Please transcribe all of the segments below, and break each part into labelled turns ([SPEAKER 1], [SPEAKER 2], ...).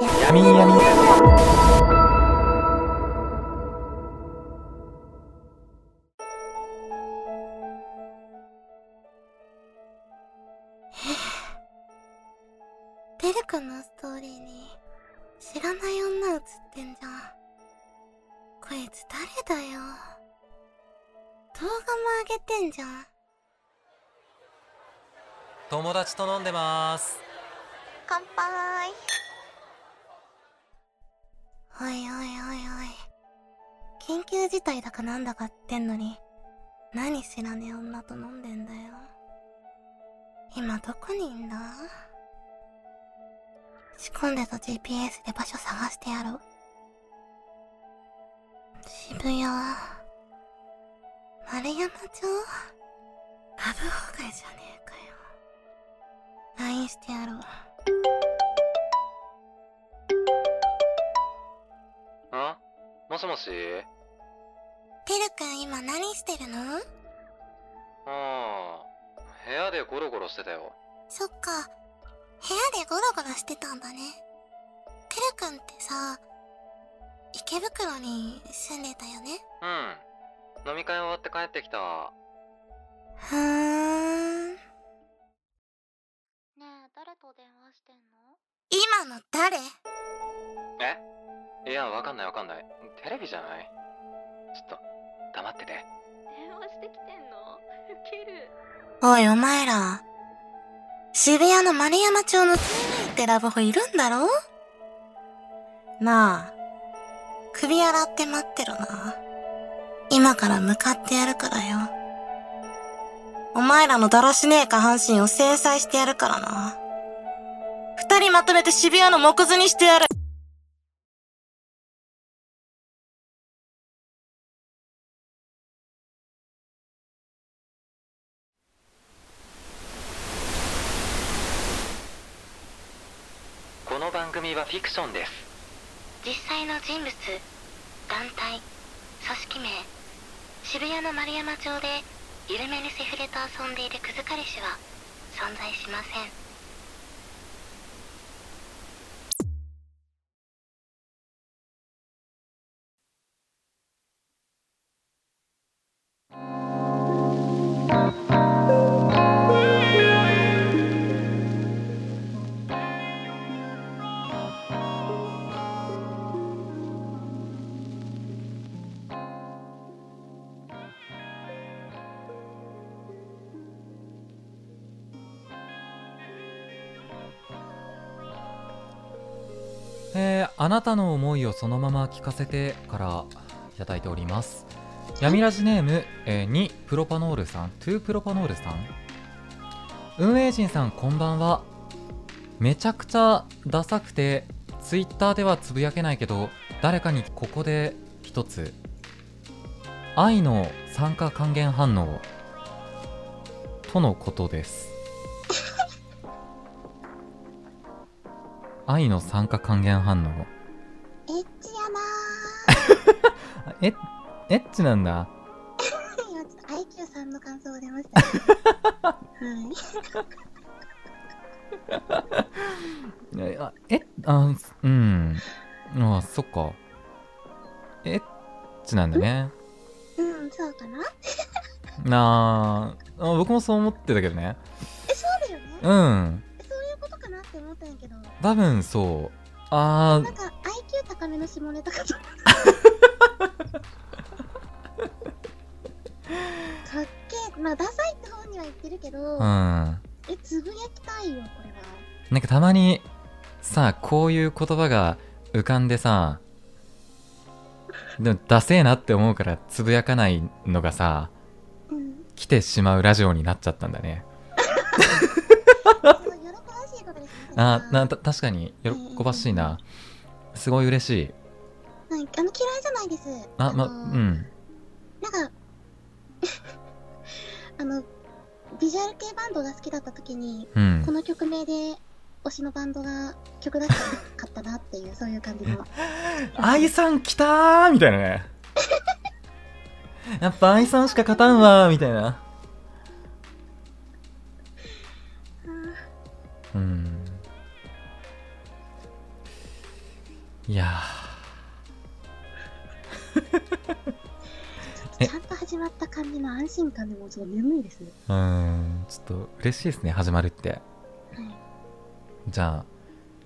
[SPEAKER 1] みんやみ
[SPEAKER 2] てるくんのストーリーに知らない女映ってんじゃんこいつ誰だよ動画も上げてんじゃん
[SPEAKER 3] 友達と飲んでます
[SPEAKER 2] 乾杯おいおいおいおい緊急事態だかなんだかってんのに何知らねえ女と飲んでんだよ今どこにいんだ仕込んでた GPS で場所探してやろう渋谷丸山町ラブホ街じゃねえかよ LINE してやろう
[SPEAKER 4] んもしもし
[SPEAKER 2] てるくん今何してるの
[SPEAKER 4] うん。部屋でゴロゴロしてたよ。
[SPEAKER 2] そっか部屋でゴロゴロしてたんだねてるくんってさ池袋に住んでたよね
[SPEAKER 4] うん。飲み会終わって帰ってきた。
[SPEAKER 2] ふーん
[SPEAKER 5] ねえ誰と電話してんの
[SPEAKER 2] 今の誰
[SPEAKER 4] えいや、わかんないわかんない。テレビじゃないちょっと、黙ってて。
[SPEAKER 5] 電話してきてんのウケる
[SPEAKER 2] おいお前ら渋谷の丸山町の TV ってラブホいるんだろなあ首洗って待ってろな今から向かってやるからよお前らのだらしねえ下半身を制裁してやるからな二人まとめて渋谷の木図にしてやる
[SPEAKER 4] この番組はフィクションです。
[SPEAKER 2] 実際の人物団体組織名渋谷の丸山町で緩めにセフレと遊んでいるクズ彼氏は存在しません
[SPEAKER 3] えーあなたの思いをそのまま聞かせてからいただいております闇ラジネーム、えー2プロパノールさん2プロパノールさん運営陣さんこんばんはめちゃくちゃダサくてツイッターではつぶやけないけど誰かにここで一つ愛の酸化還元反応とのことです愛の酸化還元反応
[SPEAKER 2] エッチや な
[SPEAKER 3] あえエッチなんだ
[SPEAKER 2] ー今ちょっと IQ さんの感想が出ましたね はい
[SPEAKER 3] えあえあうんあそっかエッチなんだね
[SPEAKER 2] うんそうかな
[SPEAKER 3] なああ僕もそう思ってたけどね
[SPEAKER 2] えそうだよね
[SPEAKER 3] うん
[SPEAKER 2] そういうことかなって思ったんやけどな
[SPEAKER 3] 多分そうあ
[SPEAKER 2] んか IQ 高めの下ネタ かと思ったかっけえまあダサいって方には言ってるけど、
[SPEAKER 3] あうん
[SPEAKER 2] えつぶやきたいよこれは
[SPEAKER 3] なんかたまにさこういう言葉が浮かんでさでもダセえなって思うからつぶやかないのがさ
[SPEAKER 2] うん
[SPEAKER 3] 来てしまうラジオになっちゃったんだね
[SPEAKER 2] 喜ばしいことですね
[SPEAKER 3] あーなた確かに喜ばしいなすごい嬉しい
[SPEAKER 2] なんかあの嫌いじゃないです
[SPEAKER 3] あまう
[SPEAKER 2] の
[SPEAKER 3] ん
[SPEAKER 2] なんか あのビジュアル系バンドが好きだった時に
[SPEAKER 3] うん
[SPEAKER 2] この曲名で推しのバンドが曲出したらよかったなっていうそういう感じの
[SPEAKER 3] 愛さん来たーみたいな ねやっぱ愛さんしか勝たんわーみたいなうんいやえ
[SPEAKER 2] ちゃんと始まった感じの安心感でもちょっと眠いですね。
[SPEAKER 3] ーうーんちょっと嬉しいですね始まるってじゃあ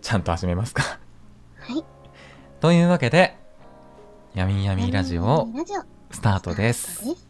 [SPEAKER 3] ちゃんと始めますか
[SPEAKER 2] はい。
[SPEAKER 3] というわけで「やみんやみ
[SPEAKER 2] 闇
[SPEAKER 3] ラジ
[SPEAKER 2] 闇
[SPEAKER 3] オ
[SPEAKER 2] ラジオ」
[SPEAKER 3] スタートで
[SPEAKER 2] ス
[SPEAKER 3] す
[SPEAKER 2] タートです。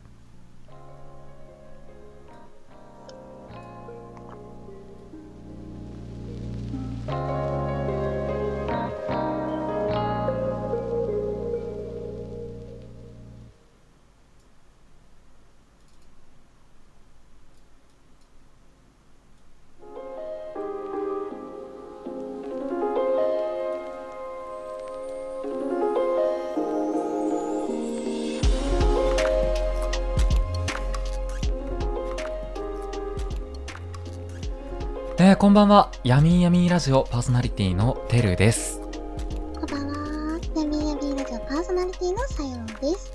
[SPEAKER 3] えーこんばんは「やみんやみラジオ」パーソナリティのてるです
[SPEAKER 2] こんばんは。闇闇ラジオパーソナリティのさようです。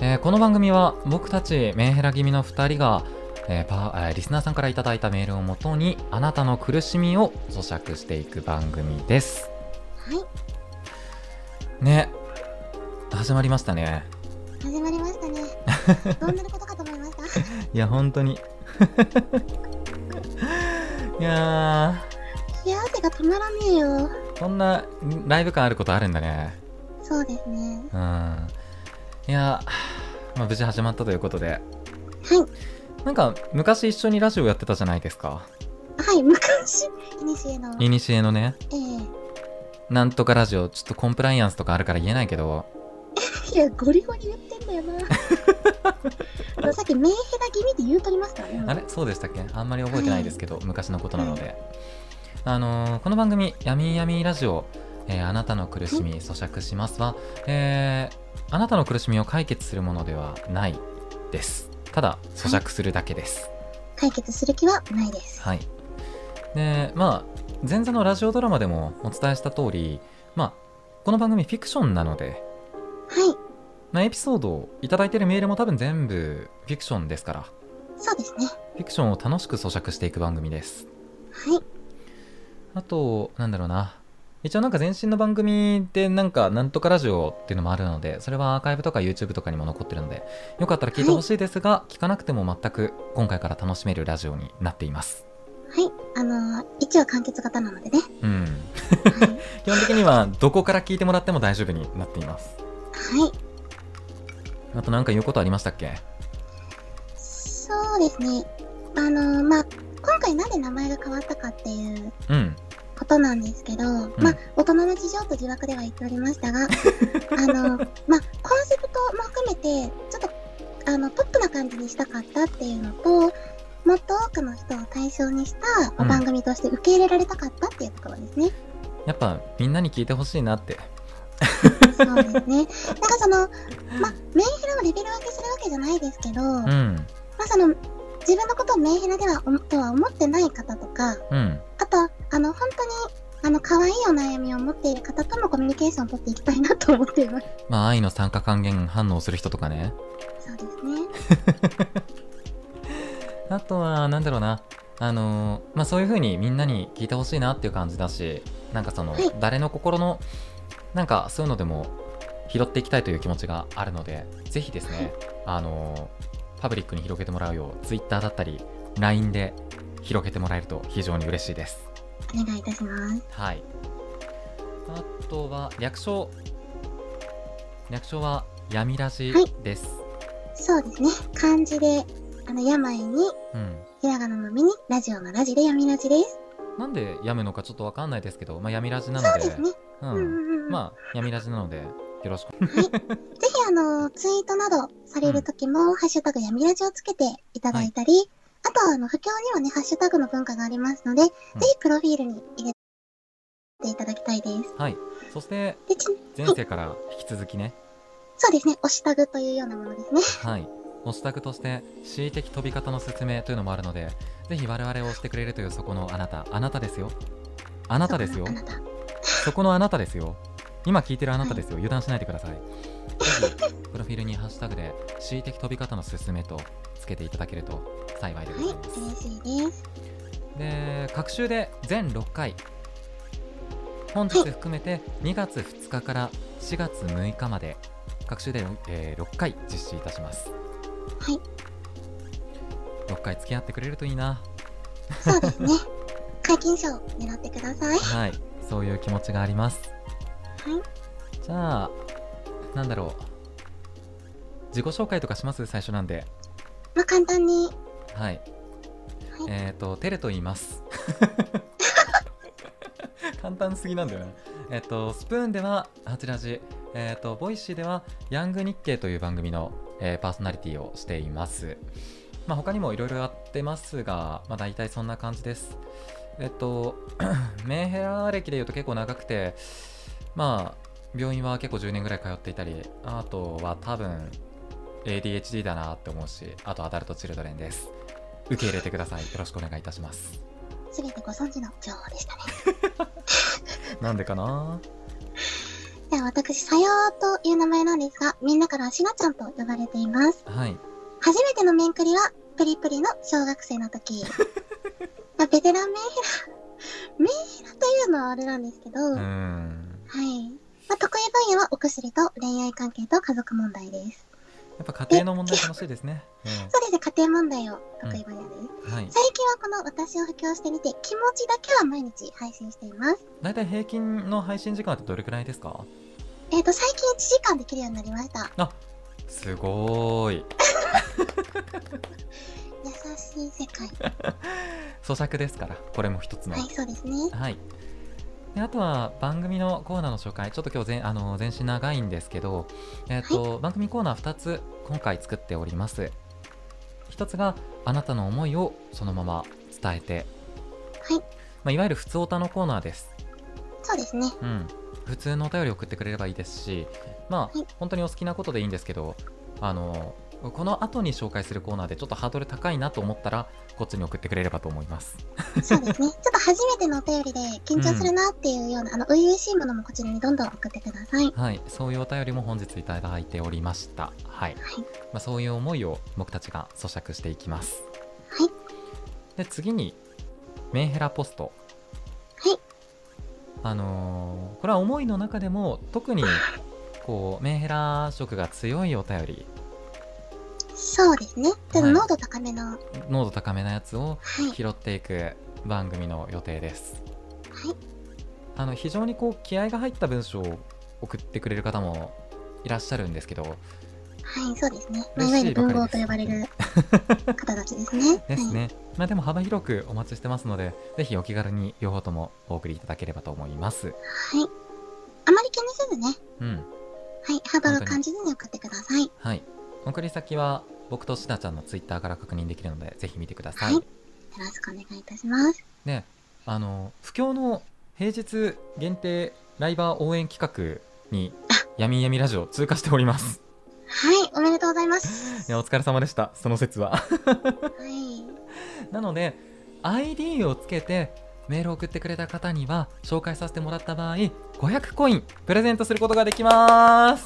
[SPEAKER 3] えーこの番組は僕たちメンヘラ気味の2人が、えーパーえーリスナーさんからいただいたメールをもとにあなたの苦しみを咀嚼していく番組です
[SPEAKER 2] は
[SPEAKER 3] ね始まりましたね
[SPEAKER 2] い。始まりました ね。どうなることかと思いました。
[SPEAKER 3] いや本当にいや
[SPEAKER 2] 冷や汗が止まらねえよ。
[SPEAKER 3] ーこんなライブ感あることあるんだね
[SPEAKER 2] そうですね。
[SPEAKER 3] うんいやー、まあ、無事始まったということで
[SPEAKER 2] はい。
[SPEAKER 3] なんか昔一緒にラジオやってたじゃないですか
[SPEAKER 2] はい、昔、いにしえの、え
[SPEAKER 3] 古のね
[SPEAKER 2] え
[SPEAKER 3] なんとかラジオちょっとコンプライアンスとかあるから言えないけど
[SPEAKER 2] いや、ゴリゴリ言ってんだよ な。あのさっき、メンヘラ気味って言うとりましたね。
[SPEAKER 3] あれそうでしたっけあんまり覚えてないですけど、昔のことなので、あのーこの番組「やみやみラジオ、えーあなたの苦しみ咀嚼しますは」えーあなたの苦しみを解決するものではないですただ咀嚼するだけです
[SPEAKER 2] 解決する気はないです。
[SPEAKER 3] はいでまあ前座のラジオドラマでもお伝えした通りまあこの番組フィクションなので、
[SPEAKER 2] はい、
[SPEAKER 3] まあ、エピソードをいただいてるメールも多分全部フィクションですから
[SPEAKER 2] そうですね。
[SPEAKER 3] フィクションを楽しく咀嚼していく番組です
[SPEAKER 2] はい。
[SPEAKER 3] あと、なんだろうな。一応なんか前身の番組でなんかなんとかラジオっていうのもあるので、それはアーカイブとか YouTube とかにも残ってるので、よかったら聞いてほしいですが、聞かなくても全く今回から楽しめるラジオになっています。
[SPEAKER 2] はい。あのー、一応完結型なのでね。
[SPEAKER 3] うん。
[SPEAKER 2] はい。
[SPEAKER 3] 基本的にはどこから聞いてもらっても大丈夫になっています。
[SPEAKER 2] はい。
[SPEAKER 3] あとなんか言うことありましたっけ
[SPEAKER 2] そうですね。あのー、まあ、今回なんで名前が変わったかっていう
[SPEAKER 3] うん。
[SPEAKER 2] ことなんですけど、まあ、大人の事情と疑惑では言っておりま したが、あの、まあ、コンセプトも含めて、ちょっと、あの、ポップな感じにしたかったっていうのと、もっと多くの人を対象にしたお番組として受け入れられたかったっていうところですね。
[SPEAKER 3] やっぱみんなに聞いてほしいなって。
[SPEAKER 2] そうですね。なんかその、まあ、メンヘラをレベル分けするわけじゃないですけど、
[SPEAKER 3] う
[SPEAKER 2] ま
[SPEAKER 3] ん。
[SPEAKER 2] あその、自分のことをメンヘラではおとは思ってない方とか、
[SPEAKER 3] うん。
[SPEAKER 2] あと、あの、本当に、あの、可愛いお悩みを持っている方ともコミュニケーションを取っていきたいなと思っています。
[SPEAKER 3] まあ愛の酸化還元反応する人とかね。
[SPEAKER 2] そうですね。
[SPEAKER 3] あとは、なんだろうな。あのーまあ、そういう風にみんなに聞いてほしいなっていう感じだし、なんかその、
[SPEAKER 2] はい
[SPEAKER 3] 誰の心の、なんかそういうのでも拾っていきたいという気持ちがあるので、ぜひですね、あのーパブリックに広げてもらうよう、Twitter だったり、LINE で広げてもらえると非常に嬉しいです。
[SPEAKER 2] お願いいたします。
[SPEAKER 3] はい。あとは、略称。略称は、闇ラジ
[SPEAKER 2] はい
[SPEAKER 3] です。
[SPEAKER 2] そうですね。漢字で、あの、病に、
[SPEAKER 3] うん。
[SPEAKER 2] ひらがなの身に、ラジオのラジで闇ラジです。
[SPEAKER 3] なんでやめのかちょっとわかんないですけど、まあ、闇ラジなの
[SPEAKER 2] そう
[SPEAKER 3] で。
[SPEAKER 2] ですね。
[SPEAKER 3] う
[SPEAKER 2] うんうん
[SPEAKER 3] ん。
[SPEAKER 2] うんうん。
[SPEAKER 3] まあ、闇ラジなので、よろしく。
[SPEAKER 2] ぜひ、あの、ツイートなどされるときも、ハッシュタグ闇ラジをつけていただいたり、あとは、あの、不況にはね、ハッシュタグの文化がありますので、ぜひ、プロフィールに入れていただきたいです。
[SPEAKER 3] はい。そして、
[SPEAKER 2] でち
[SPEAKER 3] 前世から引き続きね、
[SPEAKER 2] そうですね、推しタグというようなものですね。
[SPEAKER 3] はい。お支度として、恣意的飛び方の説明というのもあるので、ぜひ我々を押してくれるというそこのあなた、あなたですよ。あなたですよ
[SPEAKER 2] あ。なた。
[SPEAKER 3] そこのあなたですよ。今聞いてるあなたですよ。油断しないでください。ぜひ、プロフィールにハッシュタグで、恣意的飛び方の説明とつけていただけると幸いでござい
[SPEAKER 2] は
[SPEAKER 3] ます。
[SPEAKER 2] い、嬉しいです。
[SPEAKER 3] で、各週で全6回、本日含めて2月2日から4月6日まで各種で、え6回実施いたします
[SPEAKER 2] はい
[SPEAKER 3] 6回付き合ってくれるといいな
[SPEAKER 2] そうですね。解禁賞狙ってください。
[SPEAKER 3] はいそういう気持ちがあります
[SPEAKER 2] はい
[SPEAKER 3] じゃあなんだろう自己紹介とかします最初なんで
[SPEAKER 2] まあ、簡単に。
[SPEAKER 3] はい
[SPEAKER 2] はい。
[SPEAKER 3] えっ、とテレと言います 簡単すぎなんだよねえっ、とスプーンではハチラジえっ、とボイシーではヤング日経という番組の、えーパーソナリティをしていますまあ他にもいろいろやってますがまあ大体そんな感じですえっ、と メンヘラ歴でいうと結構長くてまあ病院は結構10年ぐらい通っていたりあとは多分 ADHD だなって思うしあとアダルトチルドレンです受け入れてくださいよろしくお願いいたします
[SPEAKER 2] すべてご存知の情報でしたね。
[SPEAKER 3] なんでかな
[SPEAKER 2] では私、さようという名前なんですが、みんなからしなちゃんと呼ばれています。
[SPEAKER 3] はい
[SPEAKER 2] 初めての面クリは、プリプリの小学生の時。まあ、ベテランメンヘラ、メンヘラというのはあれなんですけど、
[SPEAKER 3] うー
[SPEAKER 2] はい。
[SPEAKER 3] ん
[SPEAKER 2] まあ、得意分野はお薬と恋愛関係と家族問題です。
[SPEAKER 3] やっぱ家庭の問題楽しいですね、
[SPEAKER 2] そうですね、家庭問題を得意分野です。
[SPEAKER 3] うん、はい
[SPEAKER 2] 最近はこの私を布教してみて、気持ちだけは毎日配信しています。
[SPEAKER 3] 大体平均の配信時間ってどれくらいですか
[SPEAKER 2] えっ、と、最近1時間できるようになりました。
[SPEAKER 3] すごーい
[SPEAKER 2] 優しい世界。
[SPEAKER 3] 咀嚼ですからこれも一つの
[SPEAKER 2] はい、そうですね。
[SPEAKER 3] はいであとは番組のコーナーの紹介ちょっと今日前あの前身長いんですけど、えっと番組コーナー2つ今回作っております1つがあなたの思いをそのまま伝えて、
[SPEAKER 2] はい
[SPEAKER 3] まあ、いわゆる普通オタのコーナーです
[SPEAKER 2] そうですね。
[SPEAKER 3] うん、普通のお便り送ってくれればいいですしまあ、
[SPEAKER 2] はい
[SPEAKER 3] 本当にお好きなことでいいんですけどあのこの後に紹介するコーナーでちょっとハードル高いなと思ったらこっちに送ってくれればと思います
[SPEAKER 2] そうですね。 ちょっと初めてのお便りで緊張するなっていうような、あの、初々しいものもこちらにどんどん送ってください。
[SPEAKER 3] はいそういうお便りも本日いただいておりましたはい、
[SPEAKER 2] はい
[SPEAKER 3] まあ、そういう思いを僕たちが咀嚼していきます
[SPEAKER 2] はい
[SPEAKER 3] で次にメンヘラポスト
[SPEAKER 2] はい
[SPEAKER 3] あのーこれは思いの中でも特にこうメンヘラ色が強いお便り
[SPEAKER 2] そうですね。ちょっと
[SPEAKER 3] はい
[SPEAKER 2] 濃度高めの、はい。
[SPEAKER 3] 濃度高めなやつを
[SPEAKER 2] はい。
[SPEAKER 3] 拾っていく番組の予定です
[SPEAKER 2] はい
[SPEAKER 3] あの非常にこう気合が入った文章を送ってくれる方もいらっしゃるんですけど
[SPEAKER 2] そうですね。まあ、
[SPEAKER 3] 嬉
[SPEAKER 2] いわ
[SPEAKER 3] し
[SPEAKER 2] ゆ
[SPEAKER 3] い
[SPEAKER 2] る文豪と呼ばれ る方たちですね。
[SPEAKER 3] ですね、まあでも幅広くお待ちしてますのでぜひお気軽に両方ともお送りいただければと思います
[SPEAKER 2] はい。はい。あまり気にせずね。
[SPEAKER 3] うん
[SPEAKER 2] はい。ハードルを感じずに送ってください。
[SPEAKER 3] はい送り先は僕としなちゃんのツイッターから確認できるのでぜひ見てください、
[SPEAKER 2] はいよろしくお願いいたします。
[SPEAKER 3] であの不況の平日限定ライバー応援企画に闇闇ラジオ通過しております
[SPEAKER 2] はい。おめでとうござい ます。
[SPEAKER 3] いやお疲れ様でしたその説は
[SPEAKER 2] はい。
[SPEAKER 3] なので ID をつけてメールを送ってくれた方には紹介させてもらった場合500コインプレゼントすることができます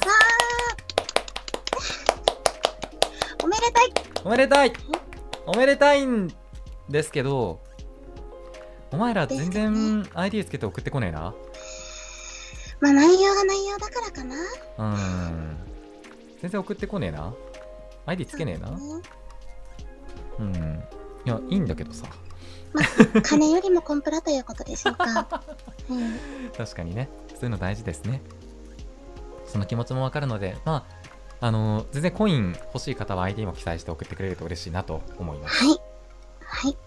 [SPEAKER 2] おめでたい。
[SPEAKER 3] おめでたいおめでたいんですけどお前ら全然 ID つけて送ってこねえな
[SPEAKER 2] まあ内容が内容だからかな。
[SPEAKER 3] うーん全然送ってこねえな ID つけねえ
[SPEAKER 2] そう
[SPEAKER 3] な
[SPEAKER 2] ね
[SPEAKER 3] うんいやいいんだけどさ
[SPEAKER 2] 金よりもコンプラということでしょうか。 うん、
[SPEAKER 3] 確かにねそういうの大事ですねその気持ちもわかるのでまああの全然コイン欲しい方は ID も記載して送ってくれると嬉しいなと思います、
[SPEAKER 2] はい。はい。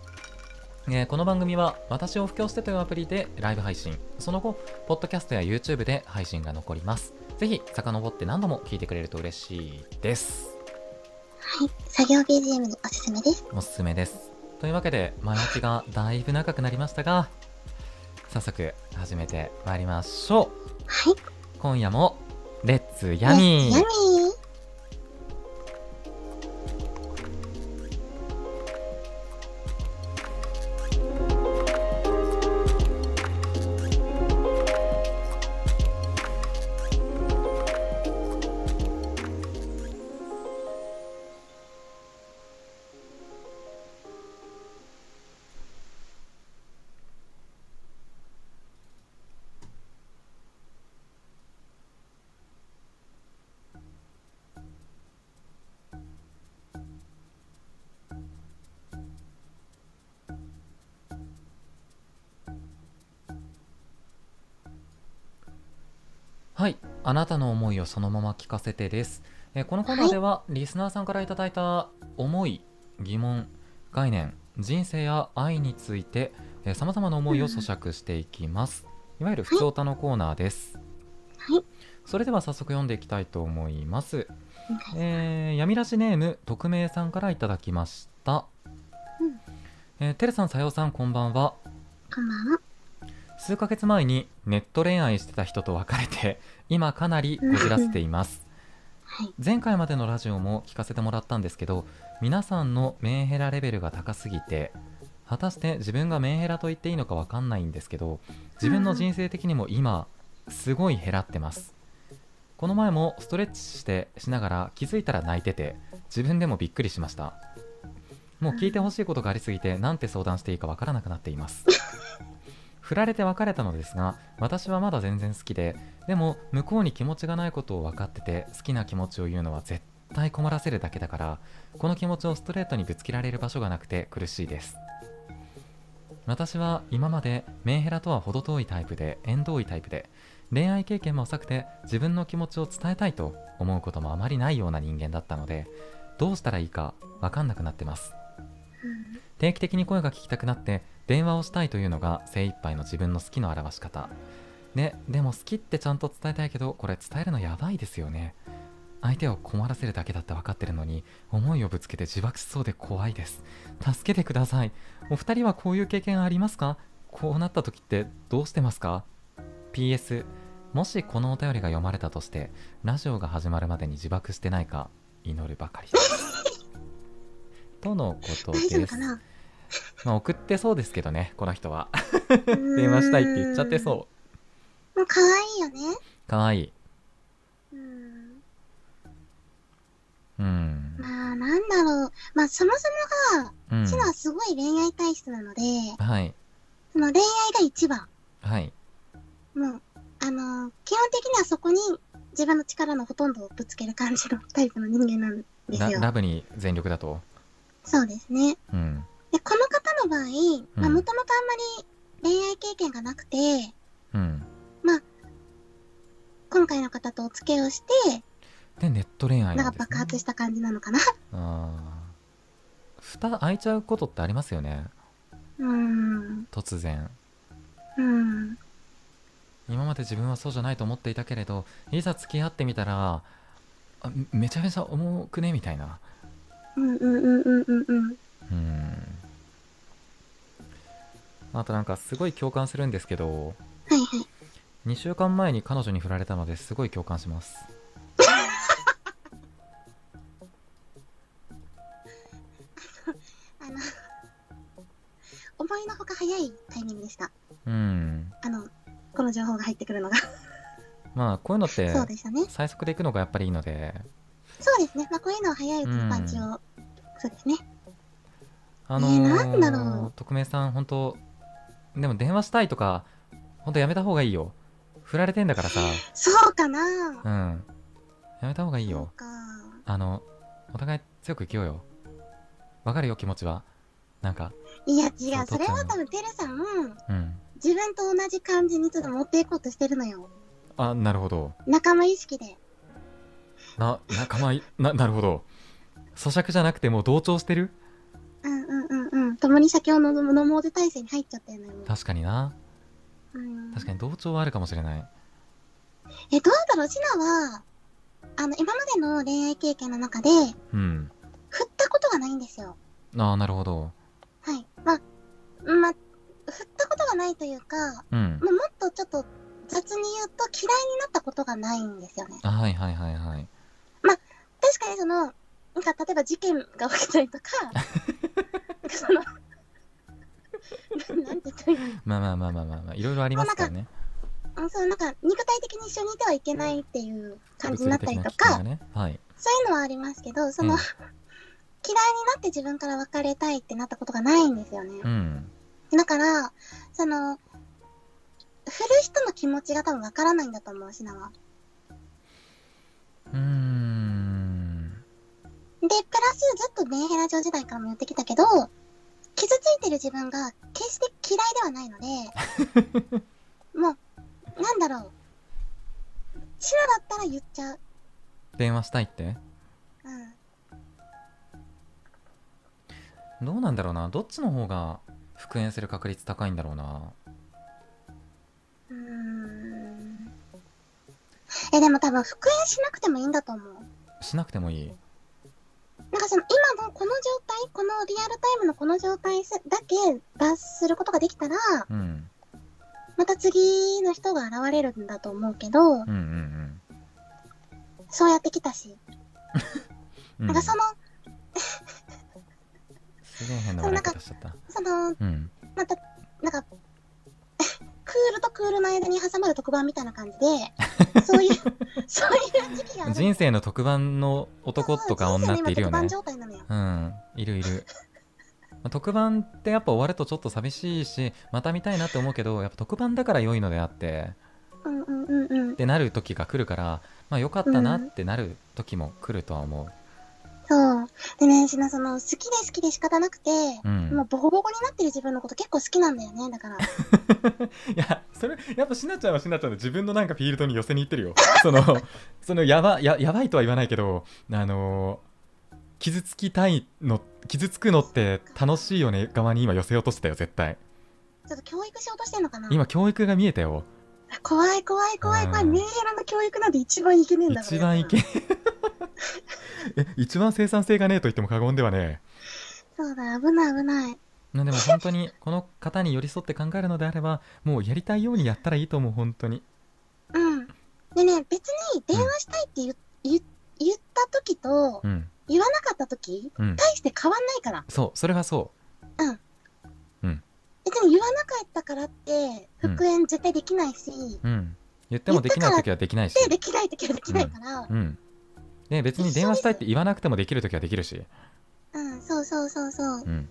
[SPEAKER 3] えーこの番組は「私を布教して」というアプリでライブ配信その後ポッドキャストや YouTube で配信が残りますぜひ遡って何度も聞いてくれると嬉しいです
[SPEAKER 2] はい。作業 BGM におすすめです。
[SPEAKER 3] おすすめですというわけで前置きがだいぶ長くなりましたが早速始めてまいりましょう
[SPEAKER 2] はい。
[SPEAKER 3] 今夜もレッツヤミー
[SPEAKER 2] ヤミー。
[SPEAKER 3] はい、あなたの思いをそのまま聞かせてです。えーこのコーナーでは、リスナーさんからいただいた思い、疑問、概念、人生や愛について、さまざまな思いを咀嚼していきます。いわゆる普通歌のコーナーです。
[SPEAKER 2] はい
[SPEAKER 3] それでは早速読んでいきたいと思います。
[SPEAKER 2] お願いします
[SPEAKER 3] えー、闇ラジネーム匿名さんからいただきました。
[SPEAKER 2] うん
[SPEAKER 3] えーテレさん、さようさん、こんばんは。
[SPEAKER 2] こんばんは。
[SPEAKER 3] 数ヶ月前にネット恋愛してた人と別れて今かなりこじらせています
[SPEAKER 2] はい。
[SPEAKER 3] 前回までのラジオも聞かせてもらったんですけど皆さんのメンヘラレベルが高すぎて果たして自分がメンヘラと言っていいのかわかんないんですけど自分の人生的にも今すごい減らってますこの前もストレッチしてしながら気づいたら泣いてて自分でもびっくりしましたもう聞いてほしいことがありすぎてなんて相談していいかわからなくなっています振られて別れたのですが私はまだ全然好きででも向こうに気持ちがないことを分かってて好きな気持ちを言うのは絶対困らせるだけだからこの気持ちをストレートにぶつけられる場所がなくて苦しいです私は今までメンヘラとは程遠いタイプで縁遠いタイプで恋愛経験も浅くて自分の気持ちを伝えたいと思うこともあまりないような人間だったのでどうしたらいいか分かんなくなってます定期的に声が聞きたくなって電話をしたいというのが精一杯の自分の好きの表し方ねでも好きってちゃんと伝えたいけどこれ伝えるのやばいですよね相手を困らせるだけだって分かってるのに思いをぶつけて自爆しそうで怖いです助けてくださいお二人はこういう経験ありますかこうなった時ってどうしてますか ?PS もしこのお便りが読まれたとしてラジオが始まるまでに自爆してないか祈るばかりですとのこと
[SPEAKER 2] 大丈夫
[SPEAKER 3] で
[SPEAKER 2] か
[SPEAKER 3] す
[SPEAKER 2] な。
[SPEAKER 3] まあ、送ってそうですけどねこの人は 電話したいって言っちゃってそう
[SPEAKER 2] もう可愛いよね。
[SPEAKER 3] うかわいい
[SPEAKER 2] うん。
[SPEAKER 3] うん、
[SPEAKER 2] まあ、なんだろう。まあ、そもそもが、
[SPEAKER 3] うん、
[SPEAKER 2] シュナはすごい恋愛体質なので、
[SPEAKER 3] はい
[SPEAKER 2] その恋愛が一番。
[SPEAKER 3] はい
[SPEAKER 2] もう、あのー基本的にはそこに自分の力のほとんどをぶつける感じのタイプの人間なんです
[SPEAKER 3] ラ
[SPEAKER 2] よ。
[SPEAKER 3] ラブに全力だと
[SPEAKER 2] そうですね。
[SPEAKER 3] うん
[SPEAKER 2] で、この方の場合、まあ、
[SPEAKER 3] うん
[SPEAKER 2] もともとあんまり恋愛経験がなくて、
[SPEAKER 3] うん
[SPEAKER 2] 今回の方とお付き合いをして、
[SPEAKER 3] でネット恋愛
[SPEAKER 2] なん
[SPEAKER 3] な
[SPEAKER 2] か
[SPEAKER 3] んです、ね、
[SPEAKER 2] 爆発した感じなのかな。
[SPEAKER 3] あー蓋開いちゃうことってありますよね
[SPEAKER 2] うーん。
[SPEAKER 3] 突然
[SPEAKER 2] うん。
[SPEAKER 3] 今まで自分はそうじゃないと思っていたけれどいざ付き合ってみたらあめめちゃめちゃ重くねみたいな
[SPEAKER 2] うんうんうんうんうんうん。
[SPEAKER 3] うんあとなんかすごい共感するんですけど
[SPEAKER 2] はいはい。
[SPEAKER 3] 2週間前に彼女に振られたのですごい共感します
[SPEAKER 2] あの、思いのほか早いタイミングでした。
[SPEAKER 3] うん
[SPEAKER 2] あの、この情報が入ってくるのが。
[SPEAKER 3] まあこういうのって
[SPEAKER 2] そうでしたね。
[SPEAKER 3] 最速でいくのがやっぱりいいので
[SPEAKER 2] そうですね。まあ、こういうのは早いうちにパンチを。
[SPEAKER 3] う
[SPEAKER 2] そうですね。
[SPEAKER 3] あの
[SPEAKER 2] ねえなんだろう
[SPEAKER 3] 匿名さん本当でも電話したいとか本当やめた方がいいよ振られてんだからさ
[SPEAKER 2] そうかな
[SPEAKER 3] うんやめた方がいい
[SPEAKER 2] そう
[SPEAKER 3] よ
[SPEAKER 2] か。
[SPEAKER 3] あのお互い強く生きようよわかるよ気持ちはなんか
[SPEAKER 2] いや、違う。そ
[SPEAKER 3] そ
[SPEAKER 2] うれ
[SPEAKER 3] だったの
[SPEAKER 2] は多分、てるさん、
[SPEAKER 3] うん
[SPEAKER 2] 自分と同じ感じにちょっと持っていこうとしてるのよ。
[SPEAKER 3] あなるほど
[SPEAKER 2] 仲間意識で。
[SPEAKER 3] な仲間いななるほど咀嚼じゃなくてもう同調してる
[SPEAKER 2] うんうんうんうん。共に酒を飲む、飲もうぜ体制に入っちゃったよね。
[SPEAKER 3] 確かにな
[SPEAKER 2] うん
[SPEAKER 3] 確かに同調はあるかもしれない
[SPEAKER 2] え、どうだろうシナは、あの、今までの恋愛経験の中で、
[SPEAKER 3] うん
[SPEAKER 2] 振ったことがないんですよ。
[SPEAKER 3] ああなるほど
[SPEAKER 2] はい。まあ、まあ、振ったことがないというか、
[SPEAKER 3] うん
[SPEAKER 2] まあ、もっとちょっと雑に言うと嫌いになったことがないんですよね。
[SPEAKER 3] あはいはいはいはい
[SPEAKER 2] 確かにその、なんか例えば事件が起きたり とか、なんかその、ななんて言ったらいいの
[SPEAKER 3] まあまあまあまあまあ、まあ、いろいろありますからね
[SPEAKER 2] あのそのなんか肉体的に一緒にいてはいけないっていう感じになったりと
[SPEAKER 3] 物理的な危険
[SPEAKER 2] か
[SPEAKER 3] が、ねはい
[SPEAKER 2] そういうのはありますけど、その、
[SPEAKER 3] うん
[SPEAKER 2] 嫌いになって自分から別れたいってなったことがないんですよね。
[SPEAKER 3] うん
[SPEAKER 2] だから、その、振る人の気持ちが多分わからないんだと思う、シナは。
[SPEAKER 3] うーん
[SPEAKER 2] で、プラスずっとメンヘラ城時代からも言ってきたけど、傷ついてる自分が決して嫌 いではないので、もう、なんだろう。シラだったら言っちゃう。
[SPEAKER 3] 電話したいって
[SPEAKER 2] うん。
[SPEAKER 3] どうなんだろうなどっちの方が復縁する確率高いんだろうな
[SPEAKER 2] うーんえ、でも多分復縁しなくてもいいんだと思う。
[SPEAKER 3] しなくてもいい
[SPEAKER 2] なんかその今のこの状態、このリアルタイムのこの状態すだけ脱することができたら、
[SPEAKER 3] うん
[SPEAKER 2] また次の人が現れるんだと思うけど
[SPEAKER 3] う、んうん
[SPEAKER 2] そうやってきたし。
[SPEAKER 3] うん
[SPEAKER 2] なん
[SPEAKER 3] うん
[SPEAKER 2] かその、
[SPEAKER 3] すげえ変な笑い方しちゃった
[SPEAKER 2] その、
[SPEAKER 3] うん
[SPEAKER 2] また、なんか、 クールとクールの間に挟まる特番みたいな感じ で、そういう、そういう時期がある。
[SPEAKER 3] 人生の特番の男とか女っているよね
[SPEAKER 2] 人生の今特番状態なのよ。
[SPEAKER 3] うんいるいるまあ特番ってやっぱ終わるとちょっと寂しいしまた見たいなって思うけどやっぱ特番だから良いのであって
[SPEAKER 2] うんうんうんうん
[SPEAKER 3] っ。てなる時が来るからまあ良かったなってなる時も来るとは思
[SPEAKER 2] そう。でね、しな、その、好きで好きで仕方なくて、
[SPEAKER 3] ううん
[SPEAKER 2] もうボコボコになってる自分のこと結構好きなんだよね、だから。
[SPEAKER 3] いやそれやっぱしなちゃんはしなちゃんで自分のなんかフィールドに寄せに行ってるよ そのそのやばややばいとは言わないけどあのー傷つきたいの傷つくのって楽しいよね側に今寄せようとしてたよ絶対
[SPEAKER 2] ちょっと教育しようとしてんのかな
[SPEAKER 3] 今教育が見えたよ
[SPEAKER 2] 怖い怖い怖い怖い。
[SPEAKER 3] うん
[SPEAKER 2] メンヘラの教育なんて一番いけねえんだから。
[SPEAKER 3] 一番いけ え一番生産性がねえと言っても過言ではね
[SPEAKER 2] そうだ、危ない危ない。
[SPEAKER 3] えなでも本当にこの方に寄り添って考えるのであればもうやりたいようにやったらいいと思う本当に
[SPEAKER 2] うん。でね、別に電話したいって言,、言言った時と、
[SPEAKER 3] うん
[SPEAKER 2] 言わなかった時、
[SPEAKER 3] うん
[SPEAKER 2] 大して変わんないから。
[SPEAKER 3] そうそれはそ
[SPEAKER 2] 別に言わなかったからって、復縁絶対できないし、
[SPEAKER 3] ううん言ってもできない時はできないし
[SPEAKER 2] で、できない時はできないから、
[SPEAKER 3] うん。ね別に電話したいって言わなくてもできるときはできるし。
[SPEAKER 2] うん、そうそうそうそう。
[SPEAKER 3] うん。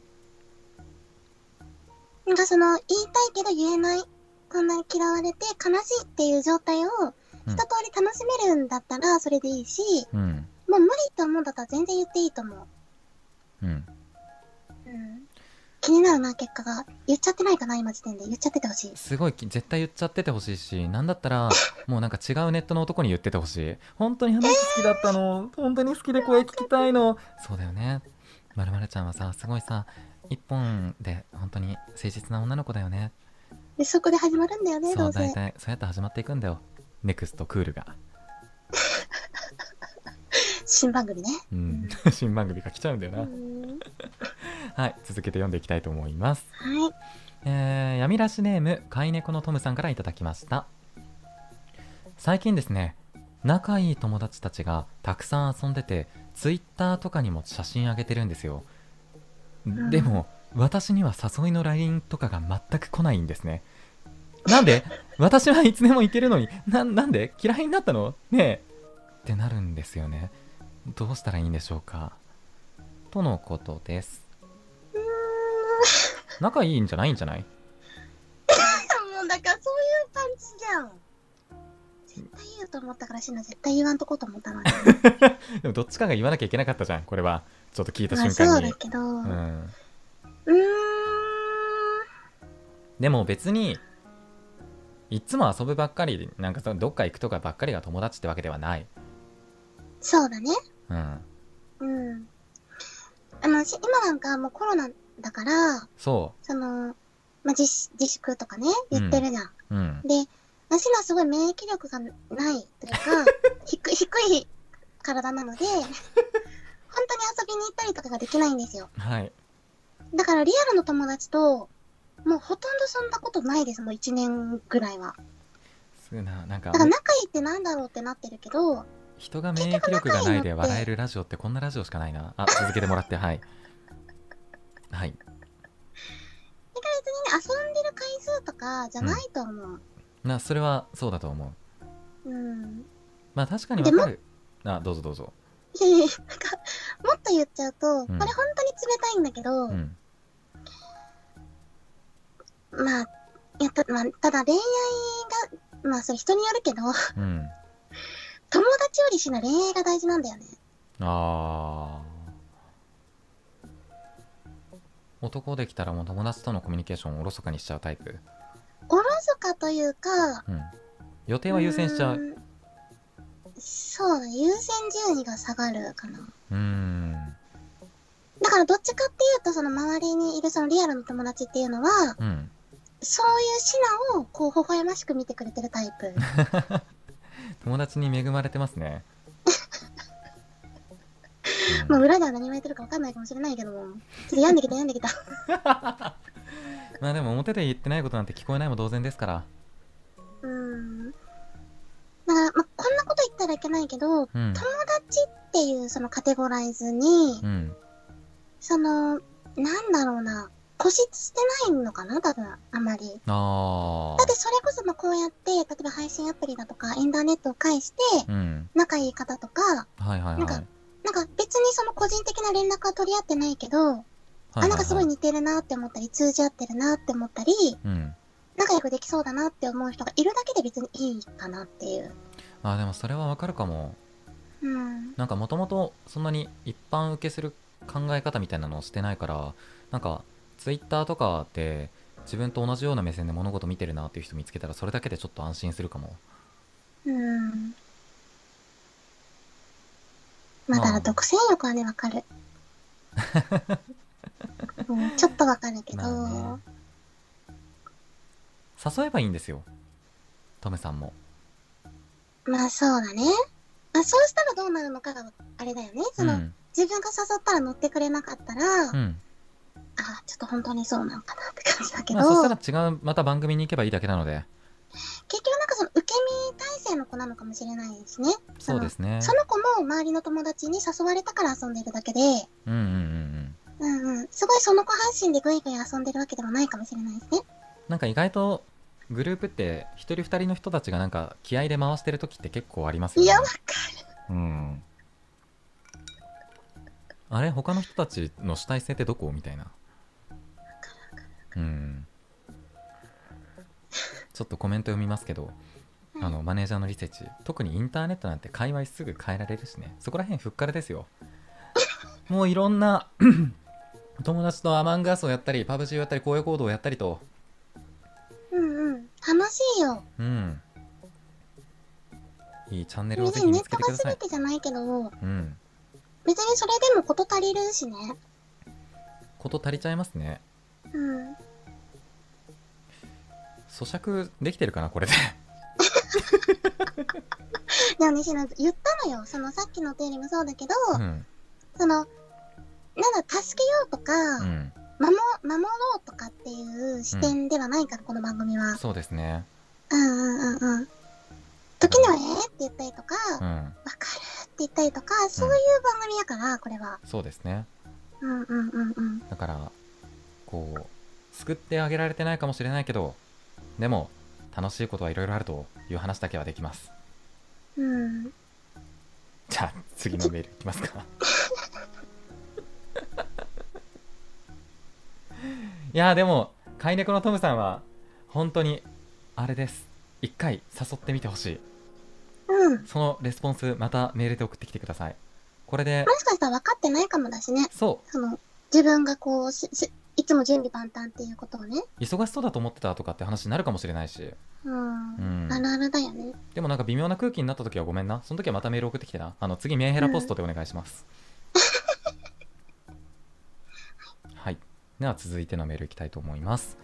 [SPEAKER 2] なんかその、言いたいけど言えない。こんなに嫌われて悲しいっていう状態を
[SPEAKER 3] うん
[SPEAKER 2] 一通り楽しめるんだったらそれでいいし、
[SPEAKER 3] うん。
[SPEAKER 2] もう無理と思うんだったら全然言っていいと思う。
[SPEAKER 3] うん。
[SPEAKER 2] うん。気になるな、結果が。言っちゃってないかな、今時点で。言っちゃっててほしい。
[SPEAKER 3] すごいき、絶対言っちゃっててほしいし、なんだったら、もうなんか違うネットの男に言っててほしい。本当に話好きだったの。本当に好きで声聞きたいの。そうだよね。まるまるちゃんはさ、すごいさ、一本で本当に誠実な女の子だよね。
[SPEAKER 2] で、そこで始まるんだよね、
[SPEAKER 3] そ
[SPEAKER 2] ど
[SPEAKER 3] う、
[SPEAKER 2] うせ。
[SPEAKER 3] 大体、そうやって始まっていくんだよ。ネクストクールが。
[SPEAKER 2] 新番組ね。
[SPEAKER 3] うん。 新番組が来ちゃうんだよ
[SPEAKER 2] う
[SPEAKER 3] な。
[SPEAKER 2] ん。
[SPEAKER 3] はい。続けて読んでいきたいと思います。
[SPEAKER 2] はい。
[SPEAKER 3] えー、闇らしネーム飼い猫のトムさんからいただきました最近ですね仲いい友達たちがたくさん遊んでてツイッターとかにも写真あげてるんですよ
[SPEAKER 2] ん
[SPEAKER 3] でも私には誘いの LINE とかが全く来ないんですねなんで私はいつでも行けるのにななんで嫌いになったのねえってなるんですよねどうしたらいいんでしょうかとのことです仲いいんじゃないんじゃない
[SPEAKER 2] もうだからそういうパンチじゃん。絶対言うと思ったからしな、絶対言わんとこと思った のに。
[SPEAKER 3] でもどっちかが言わなきゃいけなかったじゃんこれはちょっと聞いた
[SPEAKER 2] まあ
[SPEAKER 3] 瞬
[SPEAKER 2] そう
[SPEAKER 3] 間に
[SPEAKER 2] だけど、うー
[SPEAKER 3] う
[SPEAKER 2] ん。
[SPEAKER 3] んでも別にいつも遊ぶばっかりなんかそのどっか行くとかばっかりが友達ってわけではない
[SPEAKER 2] そうだね。
[SPEAKER 3] うん
[SPEAKER 2] うん。あの、し今なんかもうコロナだから、
[SPEAKER 3] そ
[SPEAKER 2] その、まあ、自粛自粛とかね、言ってるじゃん。
[SPEAKER 3] ううん
[SPEAKER 2] で、私のはすごい免疫力がないという か、低い低い体なので、本当に遊びに行ったりとかができないんですよ。
[SPEAKER 3] はい
[SPEAKER 2] だからリアルの友達と、もうほとんどそんなことないです、もう1年ぐらいは。
[SPEAKER 3] すごいななんか
[SPEAKER 2] だから仲いいってなんだろうってなってるけど、
[SPEAKER 3] 人が免疫力がないで笑えるラジオってこんなラジオしかないなあ続けてもらってはいはい
[SPEAKER 2] 意外とね、遊んでる回数とかじゃないと思う。
[SPEAKER 3] なそれはそうだと思う
[SPEAKER 2] うん。
[SPEAKER 3] まあ確かにわかるあどうぞどうぞ
[SPEAKER 2] いやいやなんか、もっと言っちゃうと、これ本当
[SPEAKER 3] ん
[SPEAKER 2] に冷たいんだけど、
[SPEAKER 3] うん
[SPEAKER 2] まあ、やった、まあ、ただ恋愛が、まあそれ人によるけど、
[SPEAKER 3] うん
[SPEAKER 2] 友達よりしな恋愛が大事なんだよね。
[SPEAKER 3] あー男できたらもう友達とのコミュニケーションをおろそかにしちゃうタイプ
[SPEAKER 2] おろそかというか、
[SPEAKER 3] うん予定は優先しちゃう
[SPEAKER 2] ーんそうだ、優先順位が下がるかな。
[SPEAKER 3] うーん
[SPEAKER 2] だからどっちかっていうと、その周りにいるそのリアルの友達っていうのは、
[SPEAKER 3] うん
[SPEAKER 2] そういう品をこう微笑ましく見てくれてるタイプ。
[SPEAKER 3] 友達に恵まれてますね、うん
[SPEAKER 2] まあ裏では何を言ってるかわかんないかもしれないけども。ちょっと病んできた病んできた。
[SPEAKER 3] まあでも表で言ってないことなんて聞こえないも同然ですから
[SPEAKER 2] うーん。だから、まあこんなこと言ったらいけないけど、
[SPEAKER 3] うん
[SPEAKER 2] 友達っていうそのカテゴライズに、
[SPEAKER 3] うん
[SPEAKER 2] その、なんだろうな、固執してないのかな多分、あまり。
[SPEAKER 3] あ
[SPEAKER 2] だってそれこそまあこうやって、例えば配信アプリだとか、インターネットを介して、
[SPEAKER 3] あうん
[SPEAKER 2] 仲いい方とか、
[SPEAKER 3] はいはいはい
[SPEAKER 2] なんかなんか別にその個人的な連絡は取り合ってないけど、あ、なんかすごい
[SPEAKER 3] は
[SPEAKER 2] 似てるなって思ったり、通じ合ってるなって思ったり、
[SPEAKER 3] ははうん
[SPEAKER 2] 仲良くできそうだなって思う人がいるだけで別にいいかなっていう。
[SPEAKER 3] あーでもそれはわかるかも
[SPEAKER 2] うん。
[SPEAKER 3] なんかもともとそんなに一般受けする考え方みたいなのをしてないからなんかツイッターとかで自分と同じような目線で物事見てるなっていう人見つけたらそれだけでちょっと安心するかも
[SPEAKER 2] うん。まあ、
[SPEAKER 3] まあ
[SPEAKER 2] だから独占欲はね、わ かる。うん、ちょっとわかるけど、
[SPEAKER 3] まあね誘えばいいんですよトムさんも
[SPEAKER 2] まあそうだね。あ、そうしたらどうなるのかが、あれだよね。その、
[SPEAKER 3] うん
[SPEAKER 2] 自分が誘ったら乗ってくれなかったら、
[SPEAKER 3] う
[SPEAKER 2] あ
[SPEAKER 3] ん
[SPEAKER 2] ちょっと本当にそうなのかなって感じだけど、
[SPEAKER 3] まあ、そしたら違うまた番組に行けばいいだけなので
[SPEAKER 2] 結局なんかその受け身体制の子なのかもしれないですね。
[SPEAKER 3] そうですね
[SPEAKER 2] その子も周りの友達に誘われたから遊んでるだけで、
[SPEAKER 3] うんうんうんうん
[SPEAKER 2] うんうん、すごいその子発信でぐいぐい遊んでるわけではないかもしれないですね。
[SPEAKER 3] なんか意外とグループって一人二人の人たちがなんか気合で回してる時って結構ありますよ
[SPEAKER 2] い
[SPEAKER 3] ね
[SPEAKER 2] や、わか
[SPEAKER 3] うんあれ他の人たちの主体性ってどこみたいなうんちょっとコメント読みますけど
[SPEAKER 2] る。
[SPEAKER 3] あのマネージャーのリセチ特にインターネットなんて界隈すぐ変えられるしねそこら辺ふっから ですよもういろんな 友達とアマンガースをやったりパブ G をやったり荒野行動をやったりと
[SPEAKER 2] うんうん。楽しいよ。
[SPEAKER 3] うんいいチャンネルを
[SPEAKER 2] 別
[SPEAKER 3] ぜひ
[SPEAKER 2] に
[SPEAKER 3] 見
[SPEAKER 2] ネ
[SPEAKER 3] つ
[SPEAKER 2] ッ
[SPEAKER 3] け
[SPEAKER 2] ト
[SPEAKER 3] て
[SPEAKER 2] が
[SPEAKER 3] くださ
[SPEAKER 2] 全
[SPEAKER 3] い
[SPEAKER 2] てじゃないけど、
[SPEAKER 3] うん
[SPEAKER 2] 別にそれでも事足りるしね。
[SPEAKER 3] こと足りちゃいますね
[SPEAKER 2] うん。
[SPEAKER 3] 咀嚼できてるかなこれで
[SPEAKER 2] でもね、しの言ったのよ。そのさっきのお便りもそうだけど、
[SPEAKER 3] うん
[SPEAKER 2] その、なんだ、助けようとか、
[SPEAKER 3] うん
[SPEAKER 2] 守、守ろうとかっていう視点ではないから、この番組は。
[SPEAKER 3] そうですね
[SPEAKER 2] うんうんうんうん。時にはえーって言ったりとか、わ
[SPEAKER 3] う
[SPEAKER 2] か
[SPEAKER 3] ん
[SPEAKER 2] るって言ったりとか、そういう番組やから、これは。
[SPEAKER 3] そうですね
[SPEAKER 2] うんうんうんうん。
[SPEAKER 3] だからこう救ってあげられてないかもしれないけどでも楽しいことはいろいろあるという話だけはできます
[SPEAKER 2] うん。
[SPEAKER 3] じゃあ次のメールいきますかいやーでも飼い猫のトムさんは本当にあれです一回誘ってみてほしい
[SPEAKER 2] うん。も
[SPEAKER 3] そのレスポンスまたメールで送ってきてくださいこれで
[SPEAKER 2] しかしたら分かってないかもだしね。
[SPEAKER 3] そう
[SPEAKER 2] その、自分がこう、し、し、いつも準備万端っていうことをね。
[SPEAKER 3] 忙しそうだと思ってたとかって話になるかもしれないし、
[SPEAKER 2] うん。
[SPEAKER 3] うん
[SPEAKER 2] あるあるだよね。
[SPEAKER 3] でもなんか微妙な空気になった時はごめんなその時はまたメール送ってきてなあの次メンヘラポストでお願いします、はいでは続いてのメールいきたいと思います